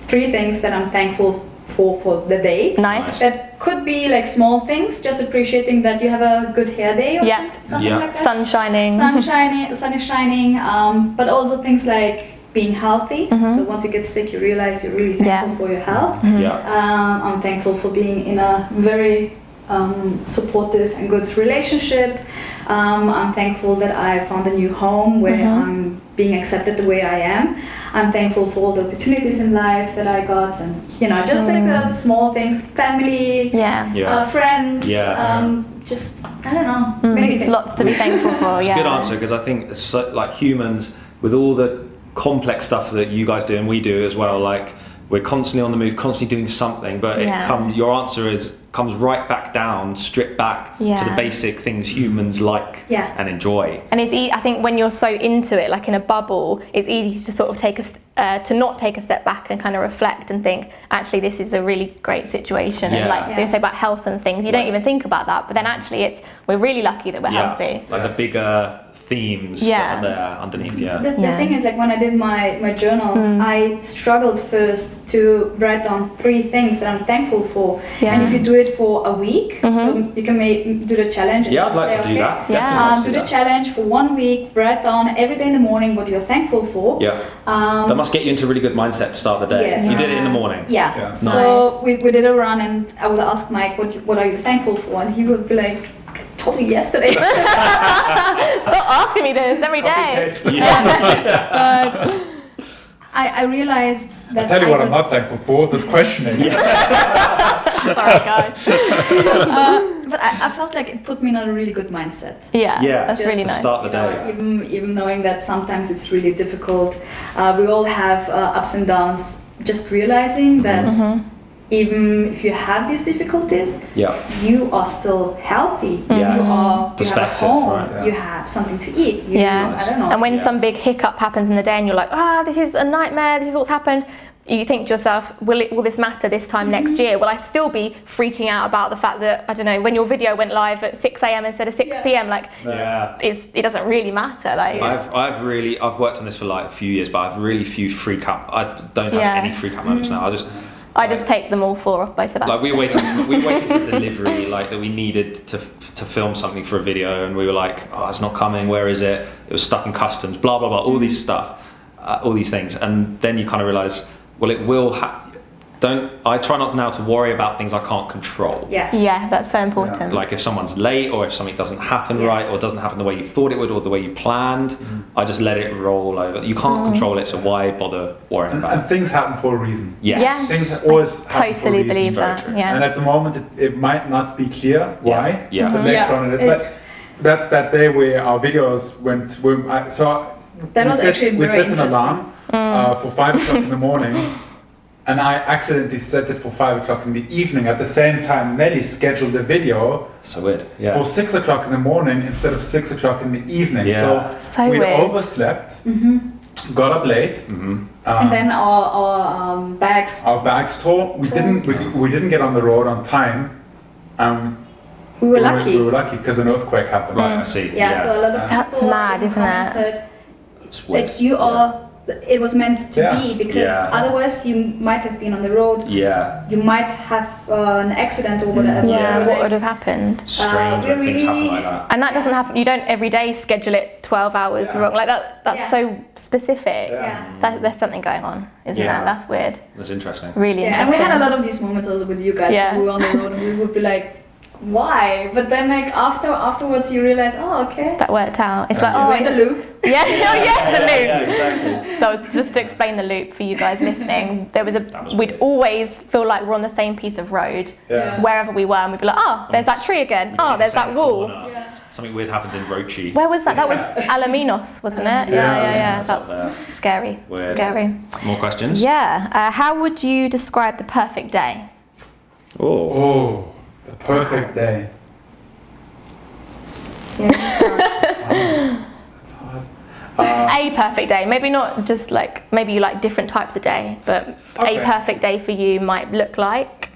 E: three things that I'm thankful for for the day.
A: nice.
E: That could be like small things, just appreciating that you have a good hair day or
A: Yeah.
E: some- something
C: Yeah.
E: like that.
A: Sun shining.
E: Sun shining, sun is shining, um, but also things like being healthy. So once you get sick, you realize you're really thankful
A: Mm-hmm. Yeah.
E: for your health.
A: Mm-hmm.
C: Yeah.
E: Um, I'm thankful for being in a very um, supportive and good relationship. Um, I'm thankful that I found a new home where
A: Mm-hmm.
E: I'm being accepted the way I am. I'm thankful for all the opportunities in life that I got, and you know, just like the small things, family,
A: Mm. Yeah.
C: Yeah.
E: uh, friends,
C: Yeah.
E: um, just I don't know, many
A: Mm,
E: things.
A: lots to be thankful for,
C: It's
A: Oh, yeah.
C: a good answer because I think it's so, like humans with all the complex stuff that you guys do and we do as well. Like we're constantly on the move, constantly doing something, but
A: Yeah.
C: it comes. Your answer is comes right back down, stripped back to
A: Yeah.
C: the basic things humans like
E: Yeah.
C: and enjoy.
A: And it's e- I think when you're so into it, like in a bubble, it's easy to sort of take a st- uh, to not take a step back and kind of reflect and think, actually, this is a really great situation. And
C: Yeah.
A: like they
E: Yeah.
A: say about health and things, you don't
C: Right. Mm.
A: even think about that. But then actually, it's we're really lucky that we're healthy.
C: like the bigger themes
A: Yeah.
C: that are there underneath. Yeah.
E: The, the
A: Yeah. Hmm.
E: thing is, like when I did my, my journal, I struggled first to write down three things that I'm thankful for.
A: Yeah. Mm-hmm.
E: And if you do it for a week, so you can make, do the challenge. And
C: Yeah, I'd
E: just
C: like
E: say,
C: to do
E: okay,
C: that.
A: Yeah.
C: Definitely
E: Um,
C: like to
E: do
C: do
E: the
C: that.
E: challenge for one week, write down every day in the morning what you're thankful for.
C: Yeah.
E: Um,
C: That must get you into a really good mindset to start the day.
E: Yes.
C: You did it in the morning.
E: yeah.
D: Yeah.
E: So we, we did a run, and I would ask Mike, what, you- what are you thankful for? And he would be like, I told you yesterday.
A: Stop asking me this every day.
E: but I, I realized that
D: I tell you what, I'm
E: could-
D: not thankful for this questioning.
A: Sorry, guys.
E: But I, I felt like it put me in a really good mindset.
A: Yeah,
C: Yeah.
A: that's
E: Just
A: really
E: to
A: nice.
C: start- the
E: You know,
C: day.
E: even, even knowing that sometimes it's really difficult, uh, we all have uh, ups and downs. Just realizing that
A: Mm-hmm.
E: even if you have these difficulties,
C: Yeah.
E: you are still healthy.
C: Yes.
E: You, are, you have a
C: Perspective,
E: home,
C: right,
D: yeah.
E: you have something to eat. You,
A: Yeah.
E: I don't know.
A: And when
C: Yeah.
A: some big hiccup happens in the day and you're like, ah, this is a nightmare, this is what's happened, you think to yourself, will it will this matter this time
E: Mm-hmm.
A: next year? Will I still be freaking out about the fact that I don't know, when your video went live at six AM instead of six
E: Yeah.
A: PM, like
C: Yeah.
A: it's, it doesn't really matter. Like
C: I've, I've really I've worked on this for like a few years, but I've really few freak out. I don't have
A: Yeah.
C: any freak out moments now. I just
A: I just take them all four off both of us.
C: Like we waited, we waited for delivery, like that we needed to to film something for a video, and we were like, oh, it's not coming. Where is it? It was stuck in customs. Blah blah blah. All these stuff, uh, all these things, and then you kind of realize, well, it will. Ha- don't I try not now to worry about things I can't control.
E: Yeah.
A: Yeah, that's so important.
C: Like if someone's late or if something doesn't happen
E: Yeah.
C: right or doesn't happen the way you thought it would or the way you planned, I just let it roll over. You can't
E: Mm-hmm.
C: control it, so why bother worrying
D: And,
C: about
D: and
C: it?
D: things happen for a reason.
C: Yes.
D: Things
A: I
D: always happen for a
A: totally
D: reason.
A: believe
C: very
A: that.
C: true.
D: And
A: Yeah.
D: at the moment, it, it might not be clear why.
C: Yeah.
A: Mm-hmm.
D: But
C: Mhm.
D: later
E: Yeah.
D: on, it is.
E: It's-
D: But that, that day where our videos went, were, I, so
E: That
D: we
E: was
D: set,
E: actually
D: we
E: very
D: set an alarm
A: Mm.
D: uh, for five o'clock in the morning, and I accidentally set it for five o'clock in the evening. At the same time, Nelly scheduled a video
C: So weird. Yeah.
D: for six o'clock in the morning instead of six o'clock in the evening.
C: Yeah.
D: So,
A: So
D: we
A: weird. Mm-hmm.
D: overslept, got up late. um,
E: And then our, our um, bags,
D: our bags tore. We didn't we, we didn't get on the road on time. Um,
E: we were lucky. Mm.
D: We were lucky because an earthquake happened.
C: Right, I see.
E: yeah, so a lot of people
A: That's mad, isn't it?
E: commented,
C: It's weird.
E: Like you
C: Yeah.
E: are, it was meant to
D: Yeah.
E: be because
C: Yeah.
E: otherwise you might have been on the road.
C: Yeah.
E: You might have uh, an accident or whatever.
A: Mm. Yeah,
E: So,
A: what
E: like,
A: would have happened?
C: Strange
E: Uh,
C: when
E: we
C: things happen
E: really-
C: like that.
A: And that doesn't happen. You don't every day schedule it 12 hours
D: Yeah.
A: wrong. Like that. That's
E: Yeah.
A: so specific.
E: yeah.
A: That, there's something going on, isn't
C: Yeah.
A: there? That's weird.
C: That's interesting.
A: Really
E: Yeah, and
A: interesting.
E: we had a lot of these moments also with you guys.
A: Yeah.
E: We were on the road and we would be like, why? But then like after afterwards you realize, oh okay.
A: that worked out. It's
D: Yeah.
A: like,
E: We're
A: oh,
E: in the loop.
A: yeah, yeah, yeah, the loop.
C: Yeah, exactly.
A: That was just to explain the loop for you guys listening. There was a
C: That was
A: we'd
C: weird.
A: always feel like we're on the same piece of road
D: Yeah.
A: wherever we were, and we'd be like, oh, there's that tree again. Oh, there's that wall.
E: Yeah.
C: Something weird happened in Rochi.
A: Where was that? That was Alaminos, wasn't it? Yeah, yeah, yeah.
C: That's up
A: That's
C: there.
A: scary.
C: Weird.
A: Scary.
C: More questions?
A: Yeah. Uh, how would you describe the perfect day?
C: Oh.
D: Oh, the perfect day. It's hard.
A: a perfect day. Maybe not just like maybe you like different types of day, but
D: Okay.
A: a perfect day for you might look like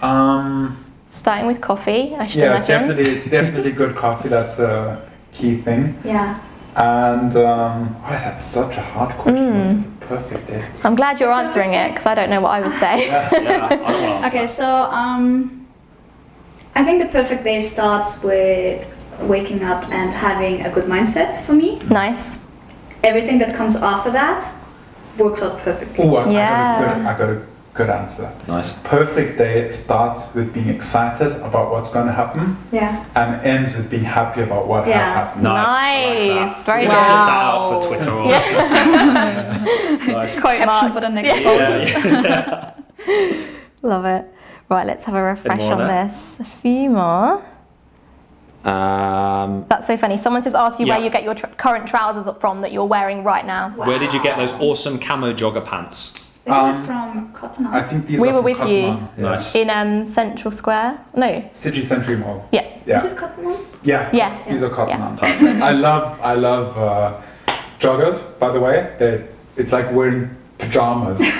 D: Um,
A: starting with coffee. I should
D: yeah,
A: imagine.
D: definitely, definitely good coffee. That's a key thing.
E: Yeah.
D: And um, oh, that's such a hard
E: Mm.
D: question. Perfect day.
A: I'm glad you're answering it because I don't know what I would say.
C: Yeah, I don't want to
E: Okay, so um, I think the perfect day starts with waking up and having a good mindset for me.
A: nice.
E: Everything that comes after that works out perfectly.
D: Oh, I,
A: Yeah.
D: I got a good. I got a good answer.
C: Nice.
D: Perfect day starts with being excited about what's going to happen
E: Yeah.
D: and ends with being happy about what has
E: Yeah.
D: happened.
C: I like
A: Nice.
C: that.
A: Very
C: We're gonna
E: good.
C: put that up for Twitter. Or nice.
A: Quote mark.
E: for the next
C: Yeah, yeah.
A: Love it. Right, let's have a refresh
C: more
A: on
C: there?
A: this. A few more.
C: Um,
A: That's so funny. Someone's just asked you where
C: Yeah.
A: you get your tr- current trousers from that you're wearing right now.
E: Wow.
C: Where did you get those awesome camo jogger pants?
E: Isn't
D: Um,
E: that from Cotton On?
D: I think these
A: We
D: are
A: were
D: from
A: with
D: Cotton
A: you.
D: On. Yeah.
C: Nice.
A: In um, Central Square. No.
D: City Century Mall.
A: Yeah.
E: Is
D: Yeah.
E: it Cotton On?
D: Yeah.
A: Yeah.
D: These are cotton
A: Yeah.
D: on. I love I love uh, joggers. By the way, they it's like wearing pajamas in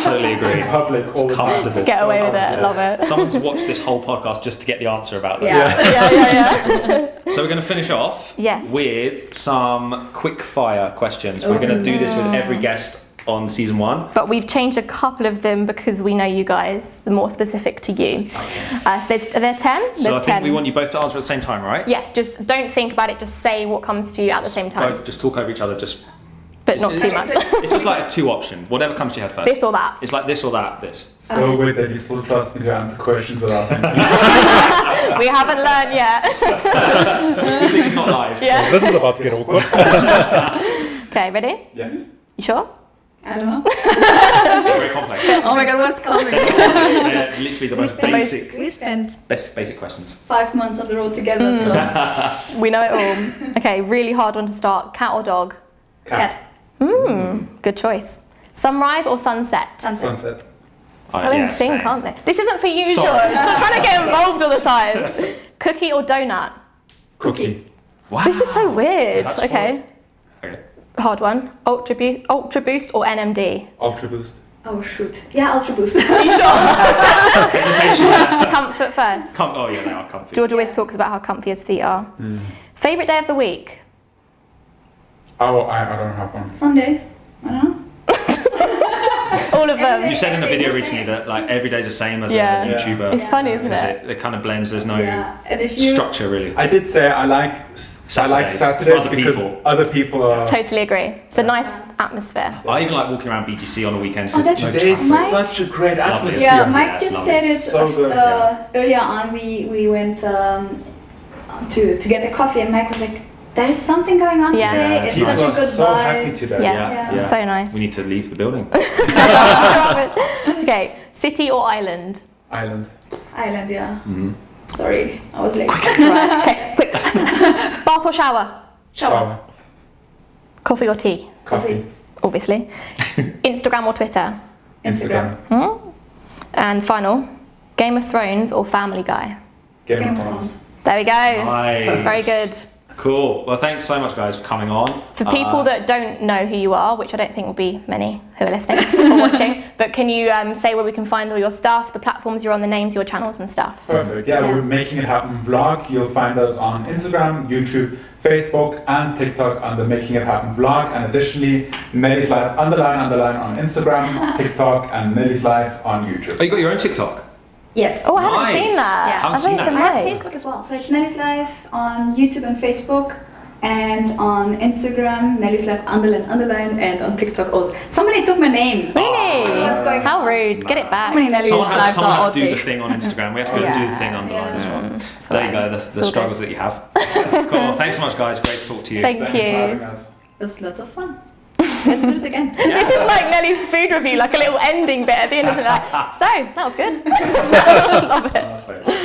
C: Totally agree.
D: public all the time.
C: Comfortable.
A: Get away with it. Love it.
C: Someone's watched this whole podcast just to get the answer about that.
E: Yeah.
A: yeah, yeah, yeah.
C: So we're going to finish off
A: Yes.
C: with some quick fire questions. We're going to do this with every guest on season one.
A: But we've changed a couple of them because we know you guys, the more specific to you. Uh, so there's, are there 10? There's
C: So I
A: 10.
C: think we want you both to answer at the same time, right?
A: yeah, just don't think about it, just say what comes to you at the same time,
C: Both just talk over each other. Just
A: but not too
C: Okay,
A: much.
E: so-
C: it's just like a two option. Whatever comes to your head first.
A: this or that.
C: It's like this or that. This.
D: So weird that you still trust me to answer questions without thinking.
A: We haven't learned yet.
C: Good thing it's not live.
A: yeah.
D: this is about to get awkward.
A: Okay, ready?
D: yes.
A: You sure?
E: I don't know.
C: They're very complex.
E: Oh my god, what's coming?
C: They're literally the
E: we,
C: most
E: spent,
C: basic,
E: we spent
C: best basic questions.
E: five months on the road together, so
A: We know it all. Okay, really hard one to start. Cat or dog? Hmm,
E: cat,
C: Hmm.
A: Good choice. Sunrise or sunset?
E: sunset.
D: Sunset.
C: Oh,
A: So in
C: Uh, yeah,
A: sync,
C: same.
A: aren't they? This isn't for you,
C: Sorry.
A: George. Stop trying to get involved all the time. Cookie or donut?
D: Cookie.
C: Wow.
A: This is so weird.
C: Ah, That's
A: okay.
C: fun. Okay.
A: Hard one. Ultra Boost, Ultra Boost or NMD?
D: Ultra Boost.
E: Oh shoot. Yeah, Ultra Boost.
A: Are you sure? Comfort first.
C: Com- oh yeah, they are comfy.
A: George always talks about how comfy his feet are.
C: Hmm.
A: Favorite day of the week?
D: Oh, I, I don't have one.
E: Sunday. I don't know.
A: all of them.
C: You said in a video recently
E: Everything's the same.
C: that like every day's the same as
A: Yeah.
C: a
A: Yeah.
C: YouTuber.
A: It's funny, isn't
C: Because
A: it?
C: It, it kind of blends. There's no
E: yeah, and if you
C: structure really.
D: I did say I like s- I like
C: Saturdays.
D: Saturdays
C: For other
D: because
C: people.
D: other people are.
A: Totally agree. It's a nice atmosphere.
C: I even like walking around BGC on a weekend.
E: Oh,
C: because
E: that's-
C: there's no
E: There's
C: traffic.
E: Mike-
D: a great
C: atmosphere.
E: Yeah,
C: Yeah,
E: Mike
C: that's
E: just
C: lovely.
E: said it
D: So good,
E: uh, earlier on. We we went um, to to get a coffee, and Mike was like, "There is something going on
A: Yeah.
E: today.
C: Yeah,
E: it's
C: it's
E: such
D: People
E: a
D: are
E: good
D: so happy
E: vibe."
D: today.
A: Yeah.
C: Yeah,
E: Yeah.
C: yeah.
A: So nice.
C: We need to leave the building.
A: okay, city or island?
D: Island.
E: Oh, Island, yeah.
D: Mm-hmm.
E: Sorry, I was late.
A: Okay, quick. Bath or shower?
E: Shower,
D: Shower.
A: Coffee or tea?
E: coffee,
D: Coffee.
A: Obviously. Instagram or Twitter?
E: Instagram.
D: Instagram.
A: And final, Game of Thrones or Family Guy?
D: Game,
E: Game
D: of
E: of
D: Thrones.
E: Thrones.
A: There we go.
C: Nice.
A: Very good.
C: Cool. Well, thanks so much, guys, for coming on.
A: For people
C: Uh,
A: that don't know who you are, which I don't think will be many who are listening or watching, but can you um, say where we can find all your stuff, the platforms you're on, the names, your channels, and stuff?
D: Perfect. Yeah,
E: Yeah.
D: we're making it happen vlog. You'll find us on Instagram, YouTube, Facebook, and TikTok under Making It Happen vlog. And additionally, Nelly's Life underline underline on Instagram, TikTok, and Nelly's Life on
C: Oh,
D: YouTube.
C: you got your own TikTok?
E: Yes.
A: Oh, I haven't
C: Nice.
A: seen that.
E: Yeah.
A: I
C: Haven't seen
A: think
E: I have
A: it's
E: Facebook as well. So it's Nelly's Life on YouTube and Facebook, and on Instagram, Nelly's Life underline underline, and on TikTok also. Somebody took my name.
A: amazing. Really?
E: What's going
A: How
E: on?
A: rude. Get it
E: How
A: back.
E: many Nelly's
C: Someone has,
E: lives
C: someone
E: are
C: has
E: out
C: to do
E: there?
C: the thing on Instagram. We have to go and do the thing
E: Yeah.
C: underline as well.
A: It's
C: There you
A: all right.
C: go. That's the
A: It's all
C: struggles
A: good.
C: that you have. cool. Thanks so much, guys. Great to talk to you.
A: Thank
D: Thank you for
A: you.
D: having us.
E: It was lots of fun. Let's do this again.
A: This is like Nelly's food review, like a little ending bit at the end, isn't it? Like, so, that was good. Love it.
D: Perfect.